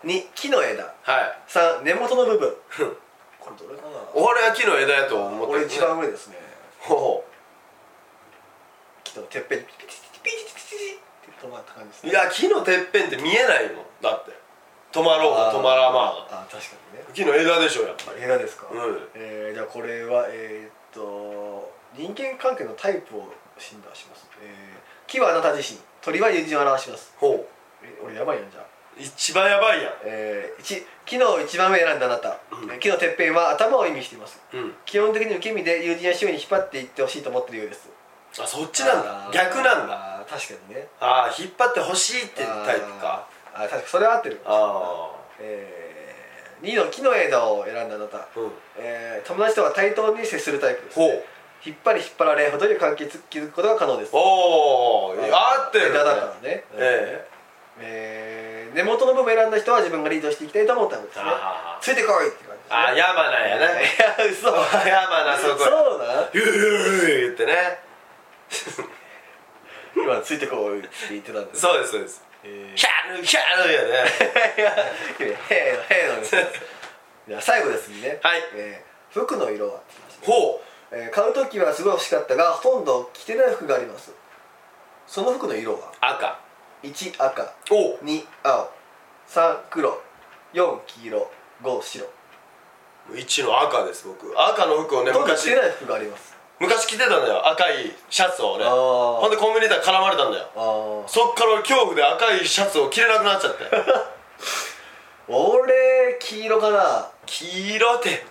S3: 2木の枝
S2: はい
S3: 3根元の部分これどれかな
S2: 俺は木の枝やと思って
S3: 俺一番上ですね
S2: ほ
S3: 木のてっぺんにピチピチピチピチピチって止まった感じです
S2: う
S3: ね
S2: いや木のてっぺんって見えないもんだって止まろうが止まらま
S3: あーあー確かにね
S2: あ木の枝でしょやっぱ
S3: 映画ですか、
S2: うん
S3: えーじゃあこれはえーっと人間関係のタイプを診断します、えー木はあなた自身鳥は友人を表します
S2: ほ
S3: え俺やばいやんじゃあ
S2: う一番やばいやん
S3: えー、一木の一番目選んだあなた、えー木のてっぺんは頭を意味しています、
S2: うん
S3: 基本的に受け身で友人や周囲に引っ張っていってほしいと思ってるようです
S2: あそっちなんだ逆なんだ
S3: だ確かにね
S2: ああ引っ張ってほしいっていうタイプか
S3: あーあー確かにそれは合ってる
S2: ああ
S3: えー、2の木の枝を選んだあなた、
S2: うん
S3: えー友達とは対等に接するタイプです、
S2: ほ
S3: ね
S2: う、
S3: 引っ張り引っ張られ程よい関係築くことが可能です
S2: おお合ってるね
S3: 枝だからね
S2: え
S3: えー根元の部分を選んだ人は自分がリードしていきたいと思ったんですね
S2: あー
S3: ついてこいって感じですね
S2: ああ山名やね
S3: いや嘘
S2: 山名そこ
S3: そうなん
S2: うー言ってね
S3: 今ついてこいって言ってたんです
S2: そうですそうですキャルキャルやね
S3: いやへえのへえのですじゃあ最後ですね
S2: はい
S3: えー服の色は、
S2: ほう
S3: えー買う時はすごい欲しかったがほとんど着てない服がありますその服の色は
S2: 赤
S3: 1赤
S2: おう
S3: 2青3黒4黄色5白
S2: 一の赤です僕赤の服をね
S3: ほとんど
S2: 昔
S3: 着てない服があります
S2: 昔着てたんだよ赤いシャツをね
S3: あー
S2: ほんでコンビニで絡まれたんだよ
S3: ああ
S2: そっから俺恐怖で赤いシャツを着れなくなっちゃって
S3: 俺黄色かな
S2: 黄色って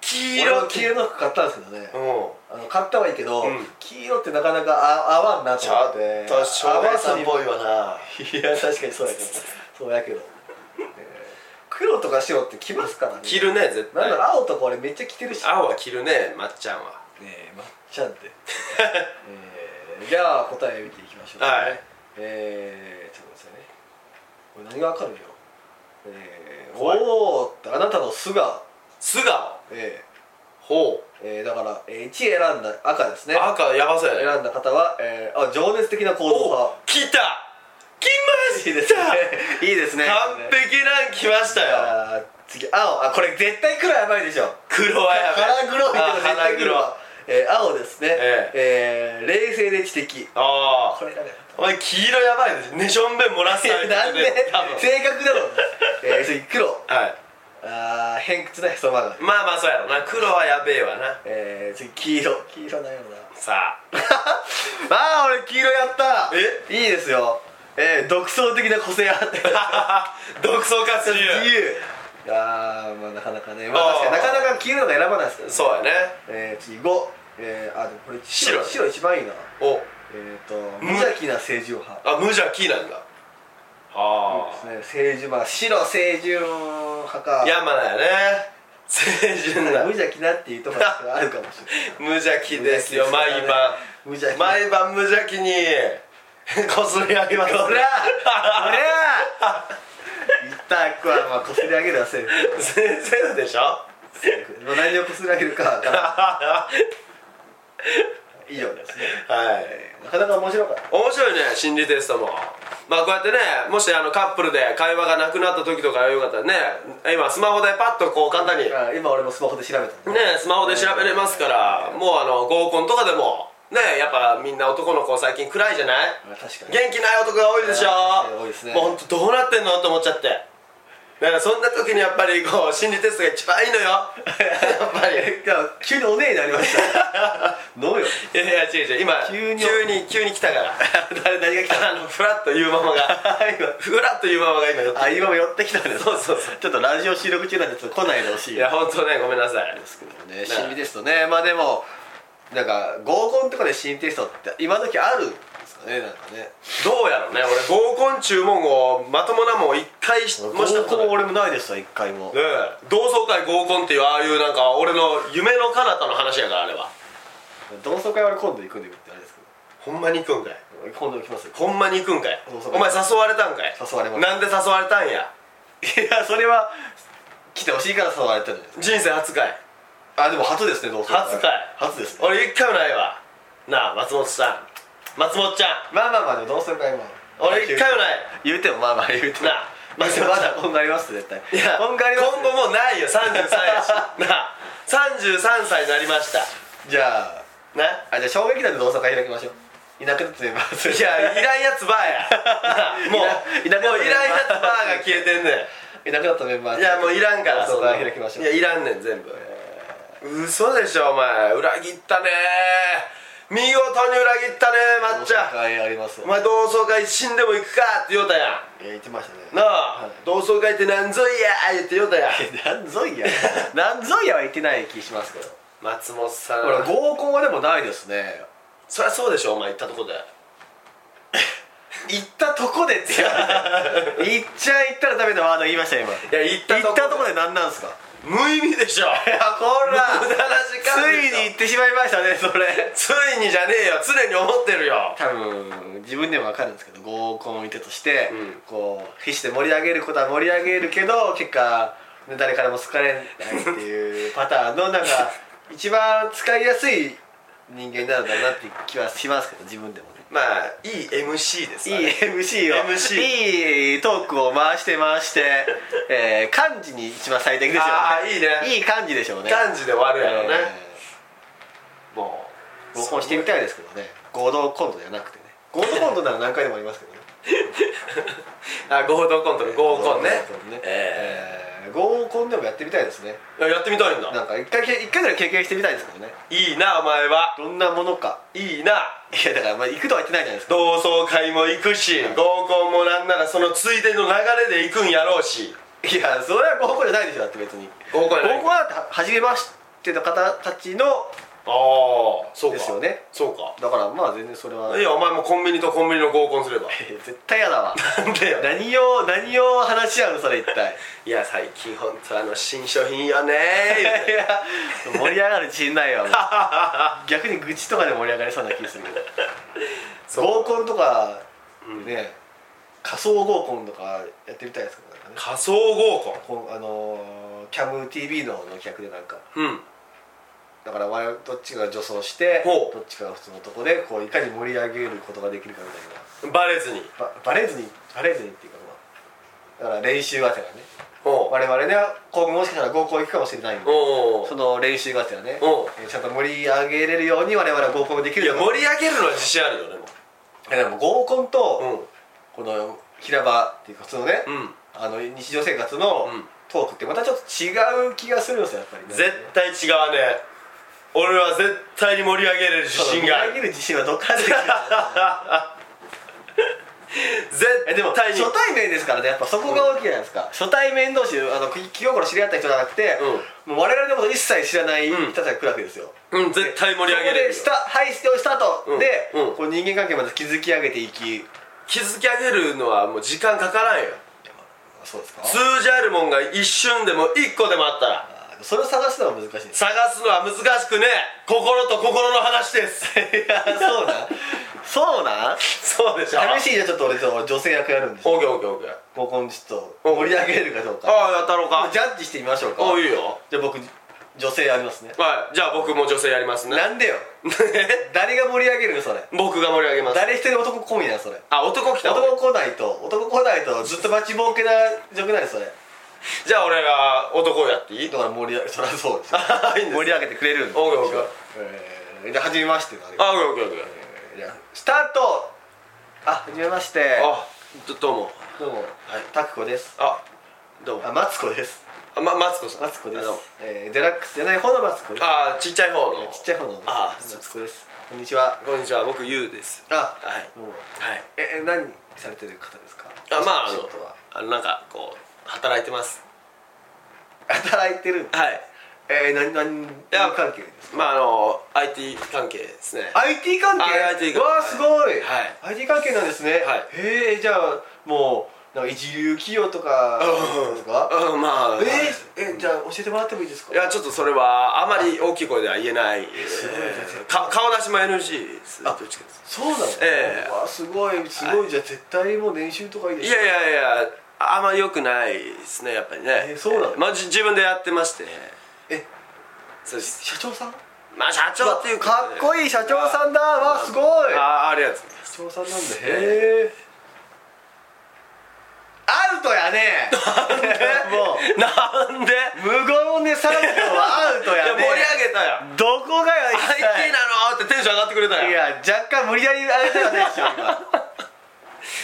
S2: 黄
S3: 俺
S2: 色
S3: も
S2: って
S3: 黄色の服買ったんですけどね、
S2: うん
S3: あの買ったはいいけど、
S2: うん
S3: 黄色ってなかなかあ合わんなと
S2: ち
S3: 思
S2: ょ
S3: っ
S2: ってと少年さんっぽい
S3: い
S2: わない
S3: や確かにそうやけどそうやけど、えー黒とか白って着ますからね
S2: 着るね絶
S3: なん
S2: 対
S3: だろう青とか俺めっちゃ着てるし
S2: 青は着るねまっちゃんは
S3: えー、まっちゃんって えー、じゃあ答え見ていきましょう、
S2: はい
S3: えー、ちょっと待ってくださいねこれ何がわかるよえー、
S2: 怖い
S3: おーってあなたの素が
S2: 素顔
S3: え
S2: ほ
S3: ー、えー、だから、えー、1選んだ赤です
S2: う
S3: ね
S2: 赤やばそうやね
S3: 選んだ方は、えー、あ情熱的な行動
S2: お
S3: 派
S2: 来た来ました
S3: いいですねいいですね
S2: 完璧なん来ましたよ
S3: あー次青あこれ絶対黒やばいでしょ
S2: 黒はやばい
S3: 腹黒いけど
S2: あ
S3: 絶対
S2: 腹
S3: 黒
S2: 黒
S3: は、えー、青ですね
S2: え
S3: えー冷静で知的
S2: あ
S3: こ
S2: あ
S3: れだね
S2: お前黄色やばいですねしょんべん漏らすため
S3: なんで
S2: 多分
S3: 性格だろう、えー、次黒
S2: はい
S3: あー偏屈なへそ曲がり、
S2: まあまあそうやろな黒はやべえわな
S3: えー、次黄色黄色なんやろな
S2: さあ
S3: あー俺黄色やった
S2: え
S3: いいですよえー、独創的な個性派って
S2: 独走活自
S3: 自
S2: 由
S3: 由いやーまあなかなかね、まあ、確かにな
S2: あー
S3: かなか黄色が選ばないですけどね
S2: そうやね
S3: えー、次5えー、あでもこれ白
S2: 白
S3: 白一番いいな
S2: お
S3: えっ、ー、と無邪気な清純派
S2: あ無邪気なんだはあ
S3: ですね清純派白清純派か
S2: 山だよね清純
S3: 無
S2: な
S3: 邪気なっていうところがあるかもし
S2: 無邪気
S3: れない
S2: ですよ毎晩
S3: 無邪気こ
S2: 毎晩無邪気にこすり上げま
S3: ら
S2: す
S3: こらったくはまあこすり上げるはセーフ
S2: 全然でしょ
S3: まあ何をこすり上げるかは分から
S2: は
S3: ん以上ですね
S2: い
S3: なかなか面白かった
S2: 面白いね心理テストもまあこうやってねもしあのカップルで会話がなくなった時とかよかったらね今スマホでパッとこう簡単にね
S3: あ今俺もスマホで調べたんだ
S2: スマホで調べれますからもうあの合コンとかでもねやっぱみんな男の子最近暗いじゃない
S3: あ確かに
S2: 元気ない男が多いでしょ
S3: あー多いですね
S2: もうほんとどうなってんのと思っちゃってだからそんな時にやっぱり こう心理テストが一番いいのよやっぱり
S3: いや急におねえになりました飲むよ
S2: いやいや違う違う今
S3: 急に
S2: 急に急に来たから
S3: 誰何が来た
S2: あのフラッと言うままが フラッと言うままが今寄ってき
S3: あ
S2: た
S3: 今も寄ってきたんです
S2: そうそうそう
S3: ちょっとラジオ収録中なんでちょっと来ないでほしい
S2: いや本当ねごめんなさい
S3: ですけどもね心理テストねまあでもなんか合コンとかで心理テストって今時あるんですかねなんかね
S2: どうやろうね俺合コン注文をまともなもん一回しもした
S3: 合
S2: こと
S3: コ
S2: ない
S3: ン俺もないですわ一回も
S2: ねえ同窓会合コンっていうああいうなんか俺の夢の彼方の話やからあれは
S3: 同窓会は俺今度行くんでってあれですけ
S2: ほんまに行くんかい
S3: ど今度行きますよ
S2: ほんまに行くんかい
S3: 同窓会
S2: お前誘われたんかい
S3: 誘われました
S2: なんで誘われたんや
S3: いやそれは来てほしいから誘われたんじゃないです
S2: 人生初かい
S3: かあでも初ですね同窓会
S2: 初かい
S3: 初ですね
S2: 俺一回もないわなあ松本さん松本ちゃん
S3: まあまあまあでも同窓会も
S2: 俺一回もない
S3: 言うてもまあまあ言うても
S2: なあ
S3: まあ
S2: 松
S3: で
S2: 本
S3: もま
S2: ちゃ
S3: だ
S2: ん
S3: 今後あります絶対
S2: いや
S3: 今後あります
S2: 今後もうないよ33やし なあ33歳になりました
S3: じゃあ
S2: な
S3: あじゃあ衝撃弾で同窓会開きましょういなくなってメンバー
S2: いやいらんやつバー やもう
S3: いら
S2: もういらんやつバーが消えてんね
S3: いなくなったメンバー
S2: んいやもういらんから
S3: 同
S2: そ
S3: 窓
S2: んな
S3: 会
S2: の
S3: 開きましょう
S2: いやいらんねん全部嘘でしょお前裏切ったねー見事に裏切ったねまっちゃん
S3: はいあります
S2: お前同窓会死んでも行くかって言おうたや
S3: いや言ってましたね
S2: んなあ、
S3: はい
S2: 同窓会ってなんぞいや言って言おうたやん
S3: なんぞいやなん ぞいやは言ってない気しますけど
S2: 松本さ
S3: ほら
S2: ん
S3: 合コンはでもないですね
S2: そりゃそうでしょお前行ったとこで
S3: 行ったとこでって言わない行っちゃ行ったらダメだワード言いましたよ今
S2: いや行ったとこで
S3: 行ったとこで何なんですか
S2: 無意味でしょ
S3: いやこら
S2: 無駄な時間
S3: つ
S2: で
S3: い
S2: しょ
S3: に行ってしまいましたねそれ
S2: ついにじゃねえよ常に思ってるよ
S3: 多分自分でも分かるんですけど合コン行ってとして、
S2: うん
S3: こう必死で盛り上げることは盛り上げるけど結果誰からも好かれないっていうパターンのなんか一番使いやすい人間なのだなって気はしますけど自分でもね
S2: まあいい MC です
S3: いい MC を
S2: MC
S3: いいトークを回して回して、えー、漢字に一番最適ですよ
S2: ああいいね
S3: いい漢字でしょうね
S2: 感じで終わるやろね、
S3: え
S2: も
S3: ー合コンしてみたいですけどね合同コントじゃなくてね合同コントなら何回でもありますけどね
S2: あ合同コントの 合コンね
S3: 合コンね
S2: え
S3: えー合コンでもやってみたいですね
S2: えやってみたいん
S3: な
S2: だ
S3: んか一回け一回ぐらい経験してみたいですけどね
S2: いいなお前は
S3: どんなものか
S2: いいない
S3: やだからまあ行くとは言ってないじゃないですか
S2: 同窓会も行くし合コンもなんならそのついでの流れで行くんやろうし
S3: いやそれは合コンじゃないでしょだって別に
S2: 合コンやない
S3: 合コンはだって初めましての方たちの
S2: ああそうか
S3: ですよね
S2: そうか
S3: だからまあ全然それはい
S2: やお前もコンビニとコンビニの合コンすれば
S3: え絶対嫌だわ
S2: なんでよ
S3: 何を何を話し合うのそれ一体
S2: いや最近本当あの新商品よね
S3: い
S2: 言うて
S3: や盛り上がる自信ないわもう逆に愚痴とかで盛り上がりそうな気するけど合コンとかね、仮想合コンとかやってみたいですけどなんかね
S2: 仮想合コン
S3: こうあのー、キャム TV のの企画でなんか
S2: うん
S3: だから我々どっちが女装して
S2: ほう
S3: どっちかが普通の男でこういかに盛り上げることができるかみたいな
S2: バレずに
S3: ばバレずにバレずにっていうかまあだから練習がてらね
S2: おう
S3: 我々ね今後もしかしたら合コン行くかもしれないんで
S2: おう
S3: その練習がてらね
S2: おう
S3: えーちゃんと盛り上げれるように我々は合コンでき
S2: い
S3: る
S2: や
S3: ように
S2: 盛り上げるのは自信あるよでも
S3: いやでも合コンと
S2: ん
S3: この平場っていうかそのね、
S2: うん
S3: あの日常生活の
S2: うん
S3: トークってまたちょっと違う気がするんですよやっぱり、ね、
S2: 絶対違うね俺は絶対に盛り上げれる自信があ
S3: 盛り上
S2: る
S3: げる自信はどっから出てきたのえでも
S2: 絶対に
S3: 初対面ですからねやっぱそこが大きいじゃないですか、初対面同士あの気気心知り合った人じゃなくて、もう我々のこと一切知らない人たちが来るわけですよ、
S2: うん絶対盛り上げれるよ
S3: そこでした排出をした後
S2: うん
S3: で、
S2: うん
S3: こう人間関係まで築き上げていき
S2: 築き上げるのはもう時間かからんよ
S3: そうですか
S2: 通じあるもんが一瞬でも一個でもあったら
S3: あそれを探すのが難しいです
S2: 探すのは難しくねえ心と心の話です
S3: いやそうなんそうなん
S2: そうでしょ
S3: 試しいじゃあちょっと俺ちょっと女性役やるんで
S2: オーケーオーケーオーケー
S3: 合コンちょっと盛り上げれるかどうか
S2: ああやったろうか
S3: ジャッジしてみましょうか
S2: あいいよ
S3: じゃあ僕女性やりますね
S2: はいじゃあ僕も女性やりますね
S3: なんでよ 誰が盛り上げるのそれ
S2: 僕が盛り上げます
S3: 誰一人男来いなそれ
S2: あ男来た
S3: 男来ないと男来ないとずっと待ちぼうけな状況ないそれだ
S2: じゃあ俺が男をやっていい
S3: から盛り上げそりゃそう です
S2: いいんです
S3: 盛り上げてくれるんで
S2: オーケーオーケー
S3: えーじゃあ初めましてな
S2: あオーケーオーケーオーケ
S3: じゃあスタートあ初めまして
S2: ーあどどうも
S3: どうもタクコです
S2: あどうも
S3: あマツコです
S2: あまマツコさん
S3: マツコです
S2: あどうも
S3: えーデラックスじゃない方のマツコです
S2: あちっちゃい方の
S3: ちっちゃい方の
S2: あ
S3: マツコですこんにちは
S2: こんにちは僕ユウです
S3: あ
S2: はい
S3: どうも
S2: はい
S3: ええ何されてる方ですか
S2: あまああ
S3: 仕
S2: の
S3: 事は
S2: あのなんかこう働いてます
S3: 働いてる
S2: はい
S3: えー、何何何関係ですか
S2: まああの IT 関係ですね
S3: IT 関係
S2: あ IT 関係
S3: わあすごい、
S2: は
S3: IT 関係なんですね
S2: はい
S3: へえじゃあもうなんか一流企業とかですか
S2: うんまあ
S3: えー、えじゃあ教えてもらってもいいですか
S2: いやちょっとそれはあまり大きい声では言えないえーか顔出しも NG ですどっちかです
S3: そうなの、
S2: ええ
S3: わあすごいすごいじゃあ絶対もう年収とかいいで
S2: い
S3: しょ
S2: やいやいやあんまり良くないですねやっぱりね
S3: えーそうなの
S2: まあじ自分でやってまして
S3: え
S2: そうです
S3: 社長さん
S2: まあ社長っていう
S3: かっこいい社長さんだわあすごい
S2: あありがとうござい ます
S3: 社長さんなんだへえアウトやね もう
S2: なんで
S3: 無言で産業はアウト
S2: いや
S3: や
S2: 盛
S3: ね
S2: り上げたよ
S3: どこがよ
S2: IT
S3: 一
S2: なのってテンション上がってくれた
S3: 体い
S2: よ
S3: や若干無理やりあれだよね一緒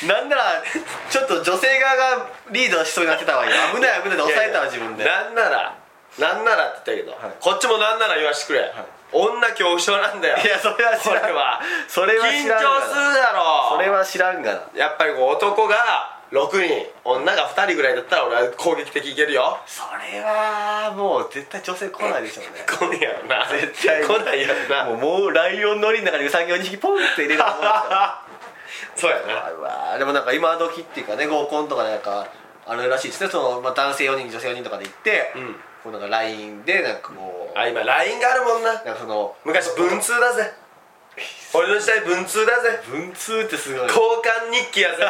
S3: 今なんならちょっと女性側がリードしそうになってたわ今危ない危ないで抑えたわ自分で
S2: なんならなんならって言ったけど、
S3: はい
S2: こっちもなんなら言わしてくれ、女恐怖症なんだよ
S3: いやそれは知
S2: こ
S3: らん
S2: れは
S3: それは
S2: 緊張す
S3: 知
S2: る
S3: らんがな
S2: だろ
S3: それは知らんがな
S2: やっぱりこう男が6人女が2人ぐらいだったら俺は攻撃的いけるよ
S3: それはもう絶対女性来ないでしょうね
S2: 来ないやろな
S3: 絶対
S2: 来ないやろな
S3: もうもうライオンの檻の中にウサギを2匹ポンって入れると思うんですから
S2: そうや
S3: あ
S2: な
S3: るわでもなんか今時っていうかね合コンとかなんかあれらしいですねその、まあ、男性4人女性4人とかで行って、
S2: うん
S3: こうなんか LINE でなんかこう
S2: あ今 LINE があるもんな
S3: なんかその
S2: 昔文通だぜ俺の時代文通だぜ
S3: 文通ってすごい
S2: 交換日記や ぜ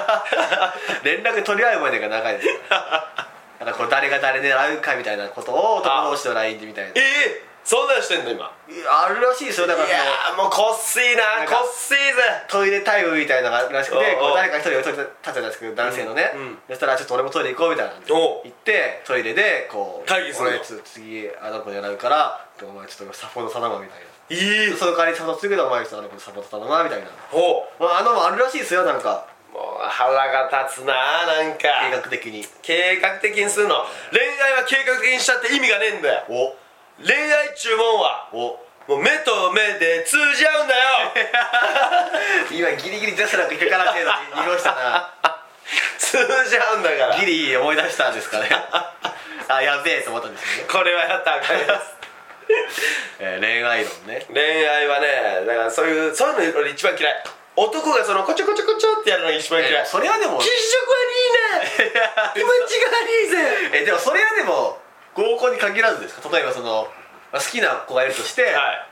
S3: 連絡取り合うまでが長いですよ なんかこう誰が誰狙うかみたいなことを男同士の LINE でみたいな
S2: ええそんなんしてんの今
S3: いやあるらしいですよだから
S2: い
S3: その
S2: やーもうこっすいな
S3: なんか
S2: こっすいぜ
S3: トイレタイムみたいなのがあるらしくて
S2: おうおう
S3: こう誰か一人がトイレ立ってたんですけど男性のね、
S2: うんうん
S3: そしたら「ちょっと俺もトイレ行こう」みたいなんで
S2: おう
S3: 行ってトイレでこう
S2: 会議するの
S3: 俺ちょっと次あの子狙うからお前ちょっとサポート頼むわ」みたいな
S2: ええ
S3: その代わりサポートするけどお前ちょっとあの子にサポート頼むわみたいな
S2: ほ
S3: まああのもあるらしいですよなんか
S2: うもう腹が立つななんか
S3: 計画的に
S2: 計画的にするの恋愛は計画的にしたって意味がねえんだよ
S3: お
S2: 恋愛注文は
S3: お
S2: もう目と目で通じ合うんだ よ
S3: 今ギリギリ出せなく引っかからけど濁したな
S2: 通じ合うんだから
S3: ギリ思い出したんですかねあやべえと思ったんですよね、
S2: これはやったらあかんやつ
S3: えー恋愛論ね
S2: 恋愛はねだからそういうそういうの俺一番嫌い男がそのこちょこちょこちょってやるのが一番嫌い、
S3: えーそれはでも
S2: 気 色悪いね気持ちが悪いぜ
S3: えでもそれはでも合コンに限らずですか例えばそのまあ好きな子がいるとして、
S2: はい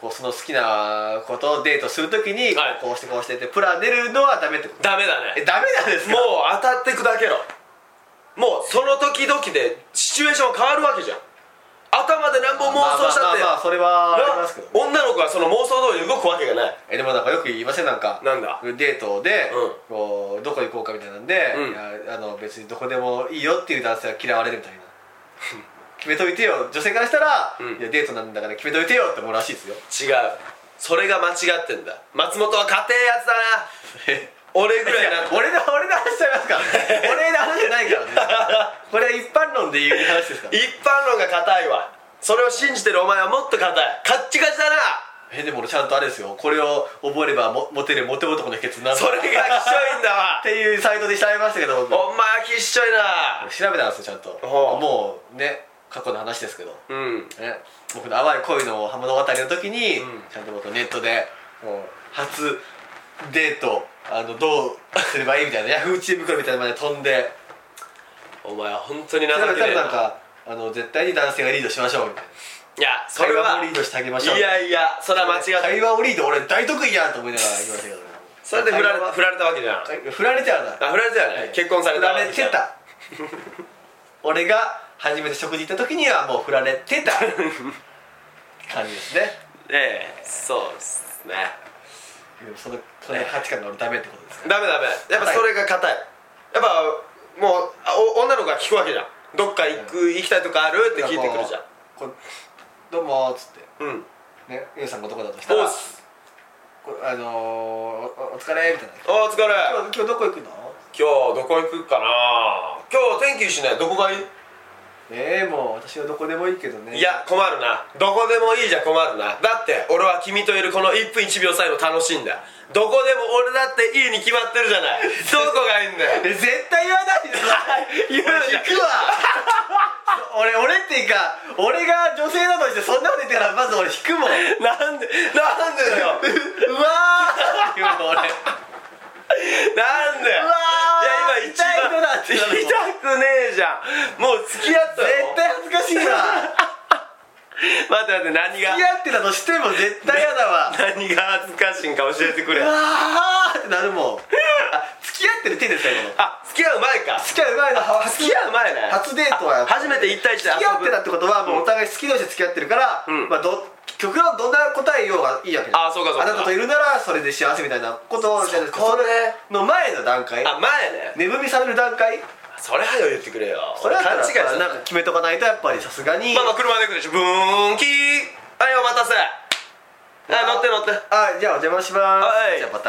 S3: こうその好きな子とデートするときに、
S2: はい
S3: こうしてこうしてってプラン出るのはダメってこと
S2: ダメだね
S3: えダメなんですか
S2: もう当たってくだけのもうその時々でシチュエーション変わるわけじゃん頭で何本妄想したって、
S3: まあまあまあまあそれは
S2: な
S3: ありますけど、
S2: 女の子はその妄想通りに動くわけがない
S3: えでもなんかよく言いませんなんか
S2: なんだ
S3: デートで、
S2: うん
S3: こうどこ行こうかみたいなんで、
S2: うん
S3: いやあの別にどこでもいいよっていう男性は嫌われるみたいな決めといてよ女性からしたら、
S2: うん
S3: いやデートなんだから決めといてよって思うらしいですよ
S2: 違うそれが間違ってんだ松本は家庭やつだな 俺ぐ
S3: い
S2: らい
S3: や
S2: な
S3: 俺の俺の話しちゃいますからね俺の話じゃないからねこれは一般論で言う話ですから
S2: 一般論が硬いわそれを信じてるお前はもっと硬いカッチカチだな
S3: えでも俺ちゃんとあれですよこれを覚えればモモテるモテ男の秘訣なんだ
S2: それがきしょいんだ わ
S3: っていうサイトで調べましたけど
S2: お前はきっしょいな
S3: 調べたんですよちゃんと
S2: ほう
S3: もうね過去の話ですけど、
S2: うん
S3: ね、僕の淡い恋の物語の時に、
S2: うん
S3: ちゃんと僕ネットでもう初デートあのどうすればいいみたいなヤフー知恵袋みたいなのまで飛んで
S2: お前は本当に情
S3: だ
S2: けねえ
S3: から多分なん
S2: な
S3: かあの絶対に男性がリードしましょうみたいない
S2: やそれ
S3: 会話
S2: は
S3: をリードしてあげましょう
S2: いやいやそれは間違って
S3: 会話をリード俺大得意やと思いながら言いましたけどね
S2: それで振られ
S3: 会話は
S2: 振られたわけじゃんあ
S3: 振られてはない
S2: 振られたよね、結婚されたわ
S3: 振
S2: け
S3: られ
S2: じゃ
S3: て
S2: ん
S3: た俺が初めて食事行った時にはもう振られてた感じですね
S2: ええそうっすね
S3: でもそのその価値観が俺ダメってことですか
S2: ダメダメやっぱそれが硬いやっぱもうあお女の子が聞くわけじゃんどっか行く、行きたいとかあるって聞いてくるじゃん
S3: こうどうもーっつって
S2: うん
S3: ねゆうさんが男だとした
S2: おう
S3: ら
S2: っ
S3: こ
S2: す
S3: うあのー、おお疲れみたいな
S2: お疲れ今
S3: 今日今日どこ行くの
S2: 日どこ行くかな今日天気いいしねどこがいい、
S3: ええもう私はどこでもいいけどね
S2: いや困るなどこでもいいじゃ困るなだって俺は君といるこの1分1秒さえも楽しいんだどこでも俺だっていいに決まってるじゃない どこがいいんだよ
S3: え絶対言わないで
S2: 言う
S3: 俺
S2: じゃん
S3: 引くわ 俺俺っていうか俺が女性だとしてそんなこと言ってからまず俺引くもんう
S2: なんでなんでだよ
S3: わー言うもん俺
S2: なんで
S3: うわ
S2: いや
S3: ー
S2: 今一番
S3: 痛い人だってなるもん
S2: 痛くねえじゃんもう付き合ったよ
S3: 絶対恥ずかしいわ
S2: 待って待って何が
S3: 付き合ってたとしても絶対嫌だわ
S2: 何が恥ずかしいんか教えてくれ
S3: うわーってなるもんあ付き合ってる手ですよこの
S2: あ付き合う前か
S3: 付き合う前の
S2: 付
S3: 初
S2: き合う前ね
S3: 初デートは
S2: あ初めて一対一で遊ぶ
S3: 付き合ってたってことはもうお互い好き同士で付き合ってるから、
S2: うん
S3: まあ、ど極論どんな答えようがいいわけじゃん
S2: あそうかそうか
S3: あなたといるならそれで幸せみたいなことをじゃないですか
S2: そこ
S3: そ
S2: ね
S3: れの前の段階
S2: あ前ね
S3: 寝踏みされる段階
S2: それはよ言ってくれよ
S3: それだった
S2: 勘違
S3: ら
S2: いした
S3: さなんか決めとかないとやっぱりさすがに、
S2: まあまあ車で行くでしょブーンキーはいお待たせはい乗って乗って
S3: あじゃあお邪魔します、
S2: はい
S3: じゃあパタ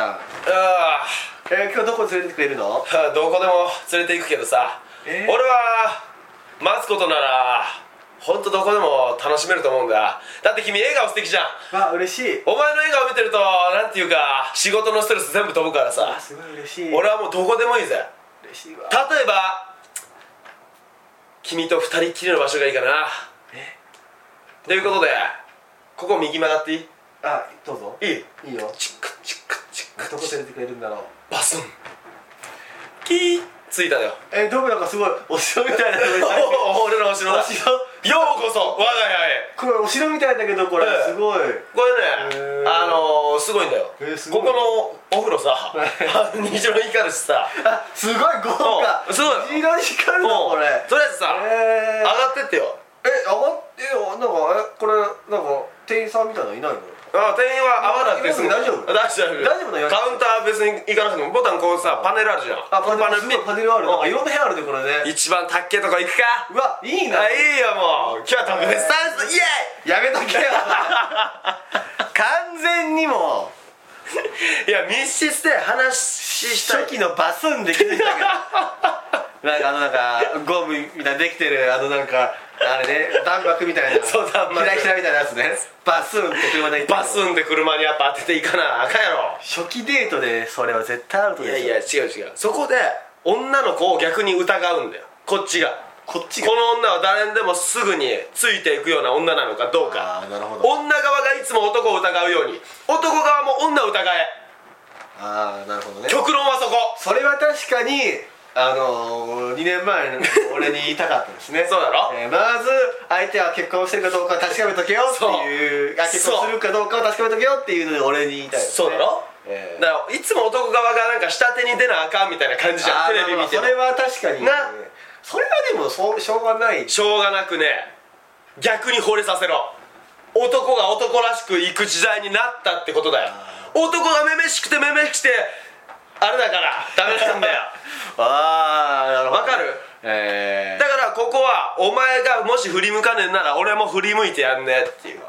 S3: ーン
S2: あ
S3: えー今日どこ連れてってくれるの
S2: あどこでも連れて行くけどさ、
S3: えー
S2: 俺は待つことなら本当どこでも楽しめると思うんだだって君笑顔素敵じゃん
S3: わ嬉しい
S2: お前の笑顔見てるとなんていうか仕事のストレス全部飛ぶからさ
S3: あすごい嬉しい
S2: 俺はもうどこでもいいぜ
S3: 嬉しいわ
S2: 例えば君と二人っきりの場所がいいかなということでここ右曲がっていい
S3: あどうぞ
S2: いい
S3: いいよ
S2: チックチックチック
S3: どこ連れてくれるんだろう
S2: バスンキーついたよ
S3: えどうもなんかすごい お城みたいなのに
S2: お俺のお城だ
S3: お
S2: よ
S3: 城
S2: うこそ我が家へ
S3: これお城みたいだけどこれ
S2: ええ
S3: すごい
S2: こ
S3: へ
S2: れね
S3: ー
S2: あのー、すごいんだよ、
S3: へーすご
S2: こ
S3: い
S2: このお風呂 さ
S3: い
S2: 虹色に光るしさ
S3: あすごい豪華
S2: おすごい
S3: 虹色に光るの
S2: もう
S3: これ
S2: とりあえずさ、
S3: え
S2: 上
S3: ー
S2: がってってよ
S3: え上がってえなんかえこれなんか店員さんみたいなのいないの
S2: あ店員は泡なんてすぐ
S3: 大丈夫
S2: 大丈夫
S3: 大丈夫なよ
S2: カウンター別に行かなくてもボタンこうさパネルあるじゃん
S3: あパネル
S2: こ
S3: す
S2: の
S3: ごいパネルあるなんかいろんな部屋あるねこれね
S2: 一番高っけとこ行くか
S3: うわいいな
S2: あいいよもう今日は特別サービスイエ
S3: やめと けよ完全にもう
S2: イいや密室で話したい
S3: 初期のバスンで気づいた けどなんかあのなんかゴムみたいなできてるあのなんかあれね弾幕みたい な
S2: そう弾幕
S3: ひらひらみたいなやつねバスンって車で言って
S2: バスンで車にやっぱ当てていかなあかんやろ
S3: 初期デートでそれは絶対アウト
S2: い
S3: でし
S2: や
S3: ょ
S2: いや違う違うそこで女の子を逆に疑うんだよこっちが
S3: こっちが
S2: この女は誰にでもすぐについていくような女なのかどうか
S3: あーなるほど
S2: 女側がいつも男を疑うように男側も女を疑え
S3: ああなるほどね
S2: 極論はそこ
S3: それは確かにあのー、2年前の俺に言いたかったです ね
S2: そうだろ
S3: えーまず相手は結婚してるかどうか確かめとけよっていう
S2: そう
S3: あ結婚するかどうかを確かめとけよっていうので俺に言いたいです
S2: そ
S3: ね
S2: うだろ、
S3: えー
S2: だからいつも男側がなんか下手に出なあかんみたいな感じじゃん
S3: あー
S2: テレビ見て
S3: まあまあそ
S2: も
S3: れは確かにね
S2: な
S3: それはでもそうしょうがない
S2: しょうがなくね逆に惚れさせろ男が男らしく行く時代になったってことだよ男がめめしくてめめしくてあれだからダメなんだ よ
S3: ああなる
S2: わかる
S3: え
S2: だ
S3: ー
S2: からここはお前がもし振り向かねえなら俺も振り向いてやんねっていう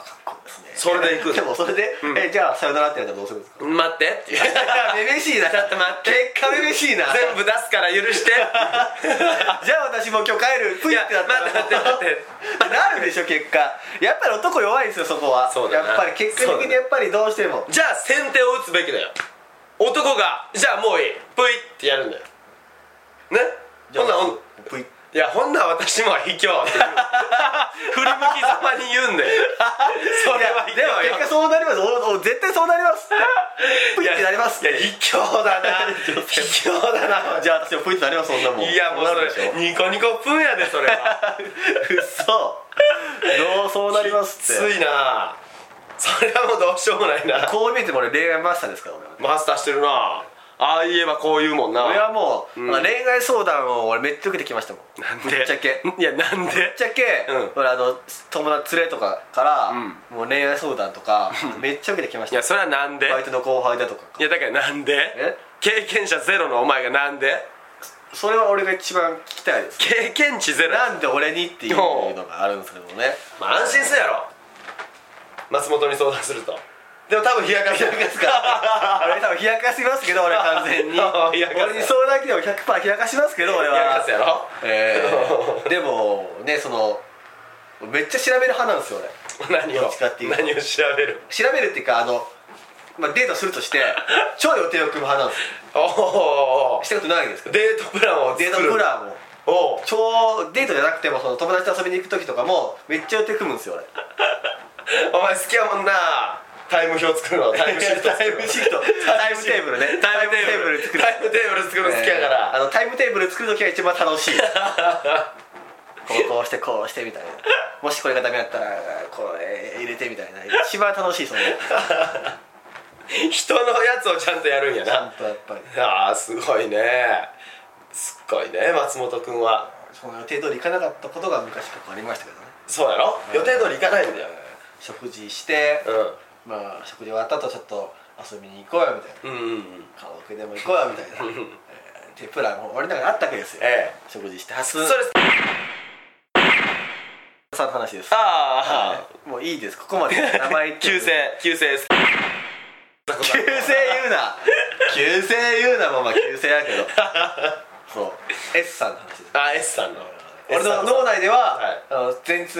S2: それで行く
S3: でもそれで、
S2: ん
S3: えじゃあさよならってやったらどうする んですか
S2: 待ってっていう
S3: めめしいな
S2: ちょっと待って
S3: 結果めめしいな
S2: 全 部出すから許して
S3: じゃあ私もう今日帰るつ
S2: い
S3: い
S2: や
S3: ってなったら
S2: 待って待って待って
S3: なるでしょ結果やっぱり男弱いですよそこは
S2: そうだな
S3: やっぱり結果的にやっぱりどうしても
S2: じゃあ先手を打つべきだよ男が「じゃあもういいプイ」ってやるんだよねほんならほん
S3: ぷい
S2: いやほんなら私も卑怯って 言う振り向きざまに言うんだよそれは卑
S3: でも結
S2: 怯
S3: 果
S2: よ
S3: そうなりますおお絶対そうな りますってぷいってなります
S2: いや卑怯だな 卑怯だ な
S3: じゃあ私もぷいってなりますそんなもん
S2: いやもうそ
S3: なる
S2: れ
S3: でしょ
S2: ニコニコプンやでそれは
S3: うっそどうそうなりますっ
S2: つ
S3: て
S2: いなそれはもうどうしようもないな
S3: こう見えても俺恋愛マスターですから俺はね
S2: マスターしてるなああ言えばこう言うもんな
S3: 俺はもう、
S2: うん
S3: まあ恋愛相談を俺めっちゃ受けてきましたもんぶ
S2: なんで
S3: っちゃけ
S2: いやなんで
S3: ぶっちゃけ、
S2: うん
S3: 俺あの友達連れとかから、
S2: ん
S3: もう恋愛相談とかめっちゃ受けてきまし
S2: い
S3: た
S2: やそれはなんで
S3: バイトの後輩だとか
S2: いやだからなんで
S3: え
S2: 経験者ゼロのお前がなんで
S3: それは俺が一番聞きたいです
S2: 経験値ゼロ
S3: なんで俺にっていうのがあるんですけどもね
S2: まあ安心するやろ松本に相談するとでも多分冷やかす冷やかす
S3: から 俺多分冷やかしますけど俺完 全に
S2: 冷やかすやろ
S3: 俺に相談来ても100%冷やかしますけど俺
S2: 冷
S3: は
S2: やかすやろ
S3: えー でもねそのめっちゃ調べる派なんですよ俺
S2: 何
S3: ど
S2: を
S3: っちかっていうと
S2: 何を調べる
S3: 調べるっていうかあの、まあ、デートすると して超予定を組む派なんですよ
S2: おお
S3: したことないんですけど
S2: デートプランを
S3: デー
S2: 作
S3: ト
S2: る
S3: プランを
S2: おう
S3: 超デートじゃなくてもその友達と遊びに行く時とかもめっちゃ予定組むんですよ俺
S2: お前好きやもんなタイム表作るのタイムシフト作
S3: タイ
S2: るの
S3: ムシフトタイムテーブルね
S2: タイムテーブル
S3: 作る
S2: タイムテーブル作るの好きやか
S3: えーあ
S2: ら
S3: のタイムテーブル作る時が一番楽しいこうこうしてこうしてみたいなもしこれがダメだったらこれ入れてみたいな一番楽しいそのち
S2: 人のやつをちゃんとやるんやな
S3: ゃんとやっぱり
S2: ああすごいねすっごいね松本君は
S3: その予定通り行かなかったことが昔結構ありましたけどね
S2: そうやろ予定通り行かないんだよ
S3: 食事して、
S2: う
S3: まあ食事終わった後ちょっと遊びに行こうよみたいな
S2: うんうんうん
S3: カラオケでも行こうよみたいな、えー、っていうプランも俺の中にあったわけですよ、
S2: え
S3: 食事してはす
S2: えそれ
S3: さんの話です
S2: あ
S3: はいもういいですここまで名前言
S2: あ
S3: って
S2: 旧姓旧姓です
S3: 旧姓言うな 旧姓言うなもんまあ旧姓やけどそう S さんの話です
S2: あ S さんの
S3: 俺の脳内では
S2: はい
S3: あの前日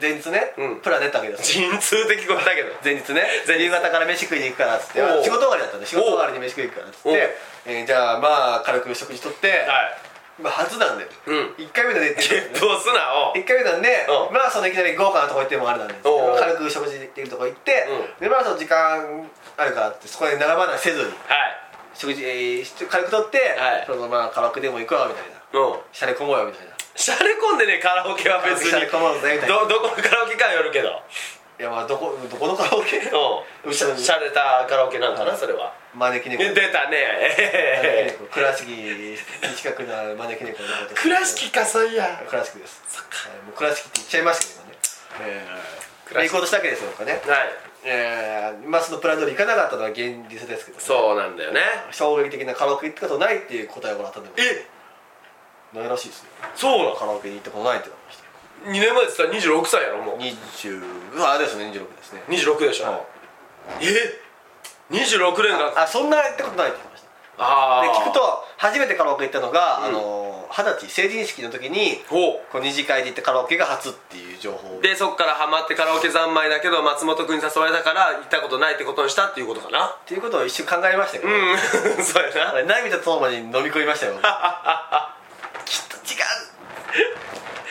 S3: 前日ね
S2: うん
S3: プラン練ったわけで す
S2: 陣痛的これだけど
S3: 前日ね夕方から飯食いに行くからっつって
S2: おう
S3: 仕事終わりだったんで仕事終わりに飯食いに行くからっつって、えーじゃあまあ軽く食事とって、
S2: はい
S3: まあ、初なんで、
S2: うん
S3: 1回目で寝てるん
S2: ゲッ
S3: で
S2: プをすなお
S3: 1回目なんで、
S2: うん
S3: まあそのいきなり豪華なとこ行ってもあれなんですけ
S2: おうお
S3: ど
S2: う
S3: 軽く食事できるとこ行って、
S2: うん
S3: でまあその時間あるからってそこで並ばないせずに
S2: はい
S3: 食事、えーして軽くとって、
S2: はい
S3: そのまあカラオケでも行くわみたいな
S2: うん
S3: シャレ込もうよみたいな
S2: しゃれ込んでねカラオケは別に
S3: シャレ込もうぜみたいな
S2: どどこのカラオケかによるけど
S3: いやまあどこどこのカラオケ
S2: うんしゃしゃれたカラオケなんかなそれは
S3: 招き
S2: え
S3: 猫
S2: 出たねえへへ へ
S3: 倉敷に近くな招き猫のこと
S2: 倉敷かそういや
S3: 倉敷ですはいもう倉敷って言っちゃいましたけどねえー
S2: 倉敷
S3: レコードしたわけですよ僕はね
S2: はい
S3: えーまあそのプラン通り行かなかったのは現実ですけどね
S2: そうなんだよね
S3: 衝撃的なカラオケ行ったことないっていう答えをもらったんだけ
S2: え
S3: どないらしいですよ
S2: そうな
S3: カラオケに行ったことないって言われました
S2: 2年前って言ったら26歳やろもう
S3: 20うわあれですね26ですね
S2: 26でしょ、
S3: はい
S2: え26年が
S3: あそんな行ったことないって言いました
S2: あ
S3: で
S2: ー
S3: 聞くと初めてカラオケ行ったのが、
S2: ん
S3: あの二十歳成人式の時に
S2: ほ
S3: こう二次会で行ったカラオケが初っていう情報
S2: うでそっからハマってカラオケ三昧だけど松本君に誘われたから行ったことないってことにしたっていうことかな
S3: っていうことを一瞬考えましたけど、
S2: うん そうやな
S3: 涙とともに飲み込みま したよきっと違う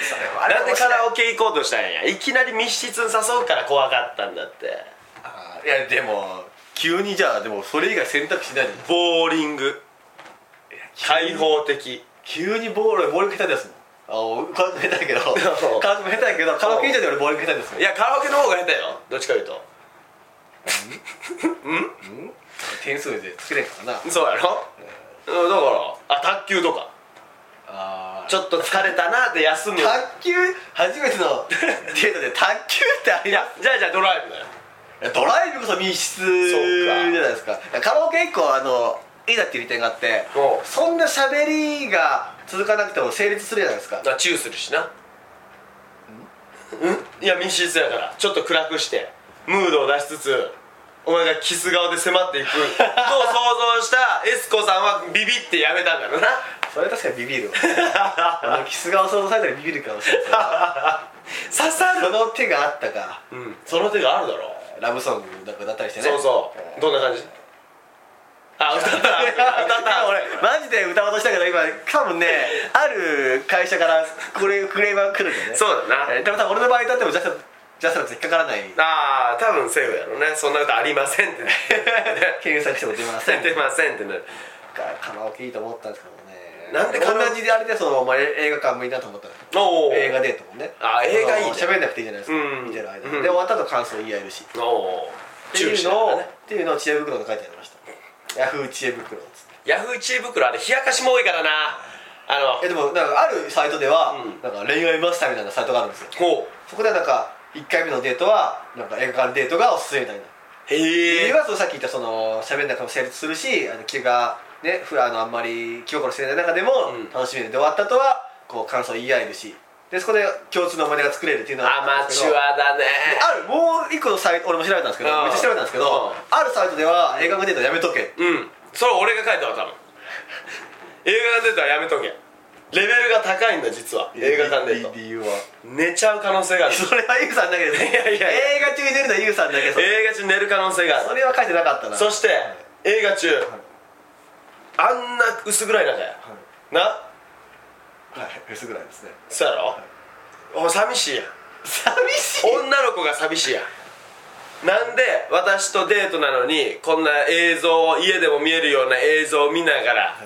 S3: それはあれ
S2: なんでカラ
S3: ケ
S2: オケ行こうとしたんやいきなり密室に誘うから怖かったんだって
S3: いやでも急にじゃあでもそれ以外選択肢ないで
S2: ボーリング開放的
S3: 急にボールボール下手ですもんあおカラオケ下手だ けど
S2: そう
S3: カラオケ下手だけどカラオケ以上に俺ボール下手ですもん
S2: いやカラオケの方が下手よどっちか言うと
S3: 点数でつけれんからな
S2: そうやろ、うん、だからあ卓球とか
S3: あ
S2: ちょっと疲れたなって休むいや
S3: 卓球初めて のデートで卓球ってあり
S2: じゃ
S3: や
S2: あじゃあドライブだよ
S3: ドライブこそ密室じゃないですかいやカラオケ以降あのいいなっていう利点があって
S2: おう
S3: そんな喋りが続かなくても成立するじゃないですか
S2: あチューするしなうんいや密室やからちょっと暗くしてムードを出しつつお前がキス顔で迫っていく とを想像したエスコさんはビビってやめたんだろうな
S3: それ確かにビビるわ あのキス顔想像されたらビビるかもしれ ないです
S2: 刺さ
S3: けどその手があったか
S2: うんその手があるだろ
S3: ラブソングなんかだったりしてね
S2: そうそうどんな感じあ歌った歌っ
S3: 今
S2: た
S3: 俺マジで歌おうとしたけど今多分ねある会社からこれクレームが来るんだよね
S2: そうだな
S3: えーでも多分俺の場合だってもジャスラジャスラック引っかからない
S2: ああ多分セーフやろねそんな歌ありませんって
S3: 検索しても出ません
S2: 出ませんってなる
S3: カラオケいいと思ったんですけどね
S2: なんでカ
S3: 同
S2: ラオケ
S3: じであれでその、まあ、え映画館もいいなと思ったんですけど
S2: おお
S3: 映画デートもね
S2: あ映画いいね
S3: その喋んなくていいじゃないですか、
S2: うん
S3: 見てる間、
S2: うん
S3: で終わった後感想言い合えるし
S2: お
S3: っ
S2: お
S3: ていうのを、っていうのを知恵袋に書いてありましたヤフー知恵袋っつって
S2: ヤフー知恵袋あれ冷やかしも多いからなあ
S3: え
S2: の
S3: でもなんかあるサイトでは、
S2: うん
S3: なんか恋愛マスターみたいなサイトがあるんですよ
S2: ほ
S3: そこではなんか1回目のデートはなんか映画館デートがおすすめみたいな
S2: うへ
S3: 理
S2: え
S3: 由はそのさっき言ったその喋んなくても成立するしあの気がねふあのあんまり気心してない中でも
S2: うん
S3: 楽しめるで終わった後はこう感想言い合えるしでそこで共通の思い出が作れるっていうのは
S2: アマチュ
S3: で
S2: アだね
S3: あるもう一個のサイト俺も調べたんですけど
S2: うん
S3: めっちゃ調べたんですけど
S2: うん
S3: あるサイトでは映画のデートやめとけ
S2: うんそれ俺が書いたわ多 分映画館デートはやめとけレベルが高いんだ実は映画館デート
S3: 理理由は
S2: 寝ちゃう可能性がある
S3: それはユウさんだけです
S2: いやいやいや
S3: 映画中に出るのはユウさんだけです
S2: 映画中寝る可能性がある
S3: それは書いてなかったな
S2: そして映画中あんな薄暗い中やな
S3: はいフェスぐらいですね
S2: そうやろお寂しいやん
S3: 寂しい
S2: 女の子が寂しいやんなんで私とデートなのにこんな映像を家でも見えるような映像を見ながら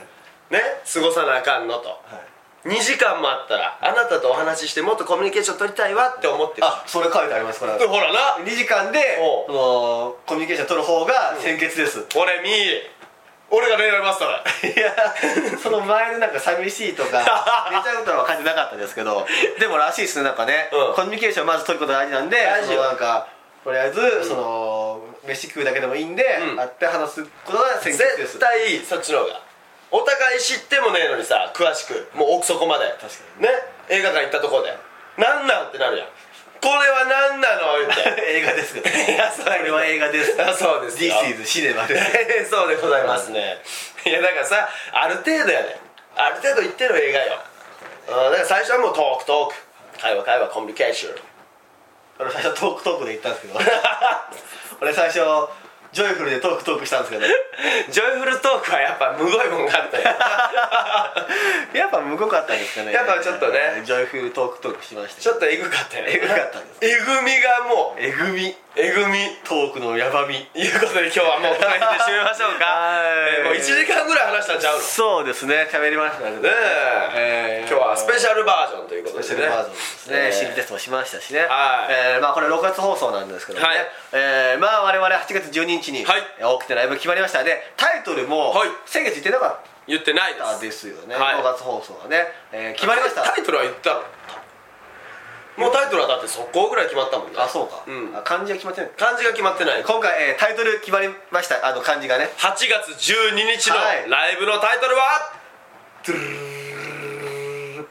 S2: ね過ごさなあかんのと
S3: はい
S2: 2時間もあったらあなたとお話ししてもっとコミュニケーション取りたいわって思ってる
S3: あそれ書いてありますこれ
S2: でほらな
S3: 2時間で
S2: おう
S3: そのコミュニケーション取る方が先決です、
S2: 俺ミー俺が恋愛マスターだ
S3: いやその前のなんか寂しいとか寝ちゃうとは感じなかったですけどでもらしいですねなんかね、
S2: うん
S3: コミュニケーションまず取ることが大事なんで
S2: 大事
S3: そのなんかとりあえず、その飯食うだけでもいいんで、
S2: うん
S3: 会って話すことが先決です
S2: 絶対そっちの方がお互い知ってもねえのにさ詳しくもう奥底まで
S3: 確かに
S2: ね映画館行ったとこでなんなんってなるやんこれはなんなの言って
S3: 映画ですけど
S2: いやそ
S3: これは映画です
S2: あそうですよ
S3: This is シネマで す
S2: そうでございますねいやだからさある程度やねある程度行っての映画ようんだから最初はもうトークトーク会話会話コミュニケーション
S3: 俺最初トークトークで言ったんですけど 俺最初ジョイフルでトークトークしたんですけど
S2: ジョイフルトークはやっぱむごいもんが あったよ
S3: やっぱむごかったんですかね
S2: やっぱちょっとね
S3: ジョイフルトークトークしました
S2: ちょっとエグかったよね
S3: エグかったんです
S2: えぐみがもう
S3: えぐみ
S2: えぐみ
S3: トークのやばみ
S2: いうことで今日はもうこの辺で締めましょうか、
S3: はい
S2: えーもう1時間ぐらい話したんちゃうのね
S3: そうですね喋りましたね
S2: え、
S3: えー
S2: 今日はスペシャルバージョンということで
S3: ス
S2: す
S3: ペ
S2: ね
S3: シャルバージョンですね、
S2: えー
S3: 心理テストもしましたしね、
S2: はい
S3: えーまあ、これ6月放送なんですけどもね、
S2: はい
S3: えーまあ、我々8月12日に、
S2: はい
S3: えー大きなライブ決まりましたでタイトルも、
S2: はい
S3: 先月言ってなかっ
S2: 言ってないで
S3: た
S2: す
S3: ですよね、
S2: はい
S3: 6月放送がね、えー決まりました
S2: タイタイトルは言ったのもうタイトルはだって速攻ぐらい決まったもんね
S3: あそうか、
S2: ん
S3: あ漢字は決まってない
S2: 漢字が決まってない8
S3: 今回、えータイトル決まりましたあの漢字がね
S2: 月12日の
S3: はい
S2: ライブのタイトルは、
S3: 「デデン」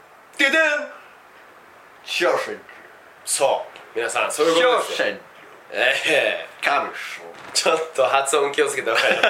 S3: 「ショーシン」
S2: そう皆さんそうい
S3: 「
S2: う
S3: シ
S2: こ
S3: ョ
S2: と
S3: ー
S2: です
S3: シ
S2: よ
S3: ン」
S2: ええ
S3: 「カブション」
S2: ちょっと発音気をつけた方がいいな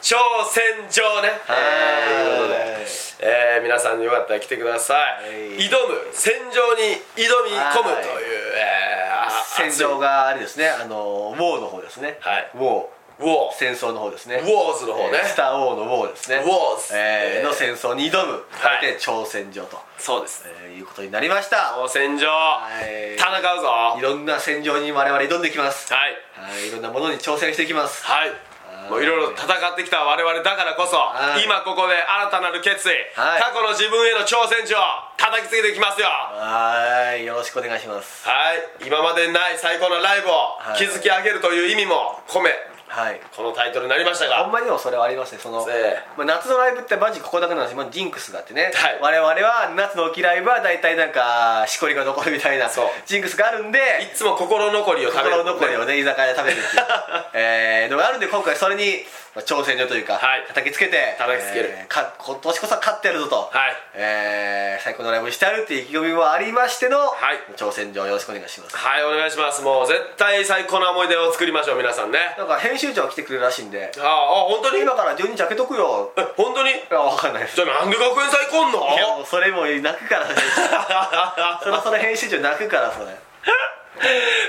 S2: 挑戦状ねえーということでえー皆さんよかったら来てください、
S3: い
S2: 挑む戦場に挑み込む
S3: はい
S2: という、えーあ
S3: 戦場
S2: 熱い
S3: があれですねあのウォーの方ですね
S2: はい
S3: ウォー
S2: ウォー
S3: 戦争の方ですね
S2: ウォーズの方ね
S3: えースター・ウォーのウォーですね
S2: ウォーズ
S3: え
S2: えー
S3: ーの戦争に挑む
S2: はい
S3: で挑戦状と、
S2: そうですね
S3: えーいうことになりました
S2: 挑戦状、
S3: い
S2: 戦うぞはいい
S3: ろんな戦場に我々挑んできますはいいろんなものに挑戦していきます
S2: はい
S3: はい
S2: もういろいろ戦ってきた我々だからこそ、
S3: はい
S2: 今ここで新たなる決意、
S3: はい
S2: 過去の自分への挑戦状叩きつけていきますよ
S3: はーいよろしくお願いします
S2: はい今までにない最高のライブ
S3: は
S2: を
S3: い
S2: 築き上げるという意味も込め
S3: はい
S2: このタイトルになりました
S3: ほ
S2: が
S3: んまにもそれはありますねその、
S2: え
S3: まあ、夏のライブってマジここだけなんですよまあジンクスがあって
S2: は
S3: ね、
S2: い
S3: 我々は夏の大きいライブは大体なんかしこりが残るみたいな
S2: そう
S3: ジンクスがあるんで
S2: いつも心残りを食べる
S3: 心残りをね居酒屋で食べるっていう えーのがあるんで今回それに、まあ、挑戦状というか、
S2: はい
S3: 叩きつけて
S2: 叩きつける
S3: えーか今年こそ勝ってやるぞと、
S2: はい
S3: えー最高のライブにしてやるっていう意気込みもありましての、
S2: い
S3: 挑戦状よろしくお願いします
S2: はいお願いしますもう絶対最高な思い出を作りましょう皆さんねあ
S3: なんか編集長が来てくれるらしいんで
S2: ああ本当に
S3: 今から12日開けとくよ
S2: え本当に
S3: いやわかんないです
S2: じゃあなんで学園祭来んの
S3: いやもうそれもう泣 くからねそろそろ編集長泣くからそれ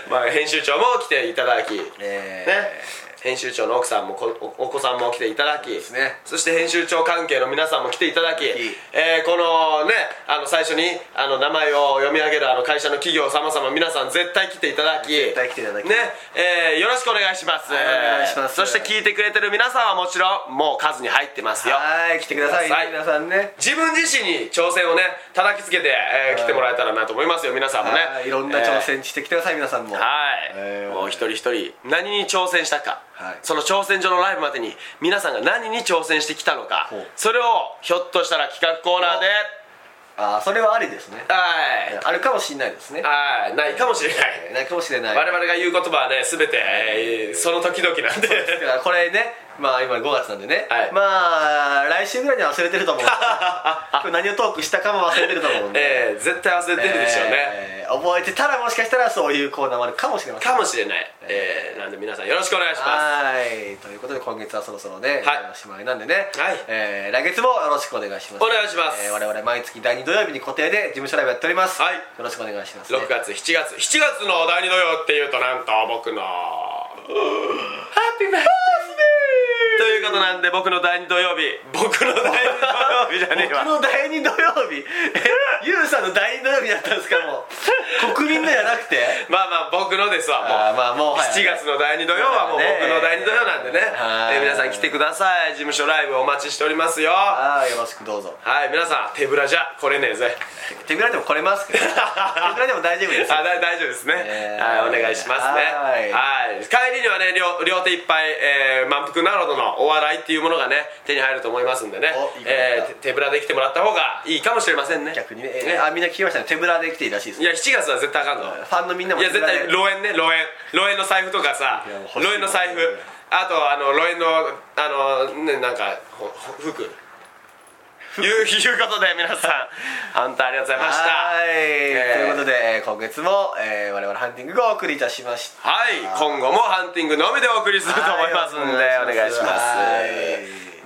S2: まあ編集長も来ていただき、
S3: えー
S2: ね編集長の奥さんもこおお子さんも来ていただき
S3: すね
S2: そして編集長関係の皆さんも来ていただき、
S3: いい
S2: えーこのねあの最初にあの名前を読み上げるあの会社の企業様々皆さん絶対来ていただき
S3: 絶対来ていただき
S2: ね、えーよろしくお願いします、
S3: はいお願いします
S2: そして聞いてくれてる皆さんはもちろんもう数に入ってますよ
S3: はい来てくださいね皆さんね
S2: 自分自身に挑戦をね叩きつけて、えー来てもらえたらなと思いますよ皆さんもね
S3: はいいろんな挑戦してきてください皆さんも
S2: はい、
S3: えー
S2: もう一人一人何に挑戦したか、
S3: はい
S2: その挑戦状のライブまでに皆さんが何に挑戦してきたのか
S3: ほう
S2: それをひょっとしたら企画コーナーで
S3: ああそれはありですね
S2: はい
S3: あるかもしれないですね
S2: はいないかもしれない、
S3: えーないかもしれない
S2: 我々が言う言葉はね全て、えーその時々なんで
S3: だからこれねまあ今5月なんでね、
S2: はい
S3: まあ来週ぐらいには忘れてると 思うんですよ今日何をトークしたかも忘れてると思うんで、
S2: えー絶対忘れてるでしょうね、
S3: えー覚えてたらもしかしたらそういうコーナーもあるかもしれません
S2: かもしれない、えーなんで皆さんよろしくお願いします
S3: はいということで今月はそろそろね、
S2: はい
S3: おしまいなんでね、
S2: はい
S3: えー来月もよろしくお願いします
S2: お願いします
S3: えー我々毎月第2土曜日に固定で事務所ライブやっております、
S2: はい
S3: よろしくお願いします、ね、
S2: 6月7月7月の第2土曜っていうとなんと僕の
S3: ハッピーバース
S2: ということなんで僕の第2土曜日僕の第2土曜日じゃねえ
S3: デー
S2: わ
S3: 僕の第2土曜日えユウさんの第2土曜日だったんですかもう国民のじゃなくて
S2: まあまあ僕のですわもう
S3: あーまあもうはい
S2: 7月の第2土曜はもう
S3: ね
S2: 僕の第2土曜なんでね、
S3: はい
S2: えー皆さん来てください事務所ライブお待ちしておりますよは
S3: ああよろしくどうぞ
S2: い皆さん手ぶらじゃ来れねえぜ
S3: 手ぶらでも来れます けど手ぶらでも大丈夫ですよ
S2: あだ大丈夫ですね、
S3: えー
S2: はいお願いしますね
S3: はい
S2: はい帰りにはね両両手いっぱい、えー満腹なるほどのお笑いっていうものがね手に入ると思いますんでね
S3: おいいことだ
S2: えー手手ぶらで来てもらった方がいいかもしれませんね
S3: 逆にね、えーあみんな聞きましたね手ぶらで来ていいらしいです
S2: いや7月は絶対あかんぞ
S3: ファンのみんなも
S2: いや
S3: 手
S2: 絶
S3: ぶらで
S2: 対ロエンねロエンロエンの財布とかさ
S3: いやもう欲しいな
S2: ロエンの財布あとあのロエンのあのねなんかほほ服いういうことで皆さ ん本当ありがとうございました
S3: はい、
S2: えー
S3: ということで、えー今月も、えー我々ハンティングがお送りいたしました
S2: はい今後もハンティングのみでお送りすると思いますんで
S3: はい
S2: お願いします
S3: はい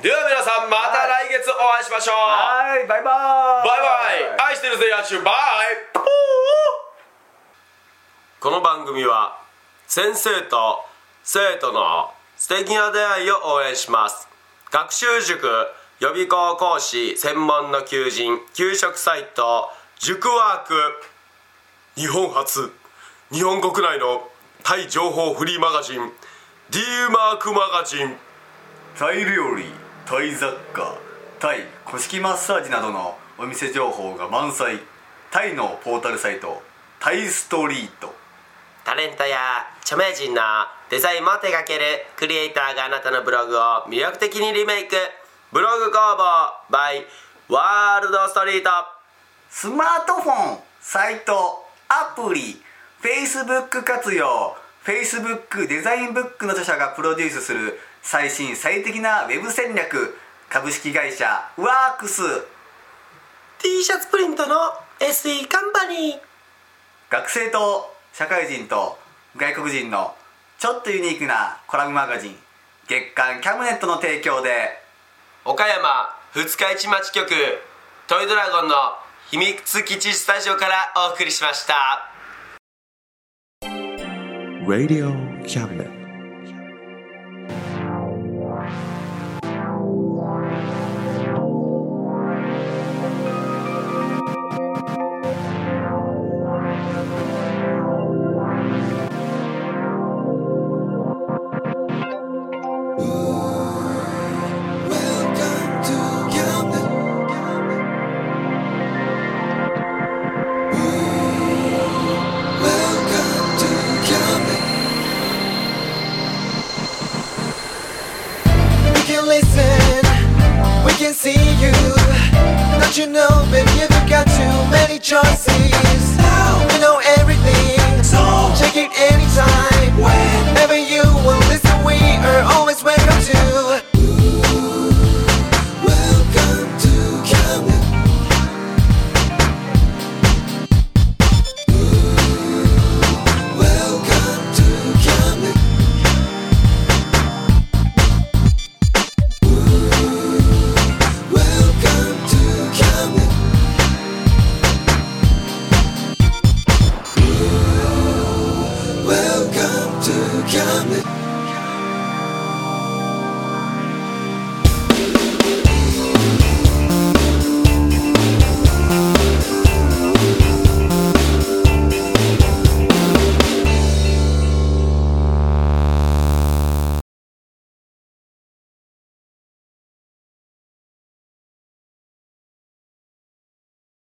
S2: では皆さんまた来月月お会いしましょう
S3: はいバイバ
S2: バ
S3: イ
S2: イバイ愛してるぜ野球バイこの番組は先生と生徒の素敵な出会いを応援します学習塾予備校講師専門の求人給食サイト塾ワーク日本初日本国内のタイ情報フリーマガジン D マークマガジン
S3: タイ料理タイ雑貨タイ古式マッサージなどのお店情報が満載タイのポータルサイトタイストリート
S2: タレントや著名人のデザインも手掛けるクリエイターがあなたのブログを魅力的にリメイクブログ工房 by ワールドストリート
S3: スマートフォンサイトアプリ Facebook 活用 Facebook デザインブックの著者がプロデュースする最新最適なウェブ戦略株式会社ワークス
S2: T シャツプリントの SE カンパニー
S3: 学生と社会人と外国人のちょっとユニークなコラムマガジン月刊キャムネットの提供で
S2: 岡山二日市町局トイドラゴンの秘密基地スタジオからお送りしました
S1: Radio Cabinet.
S4: We can listen, we can see you. Don't you know, baby, you've got too many choices. Now we know everything, so check it anytime.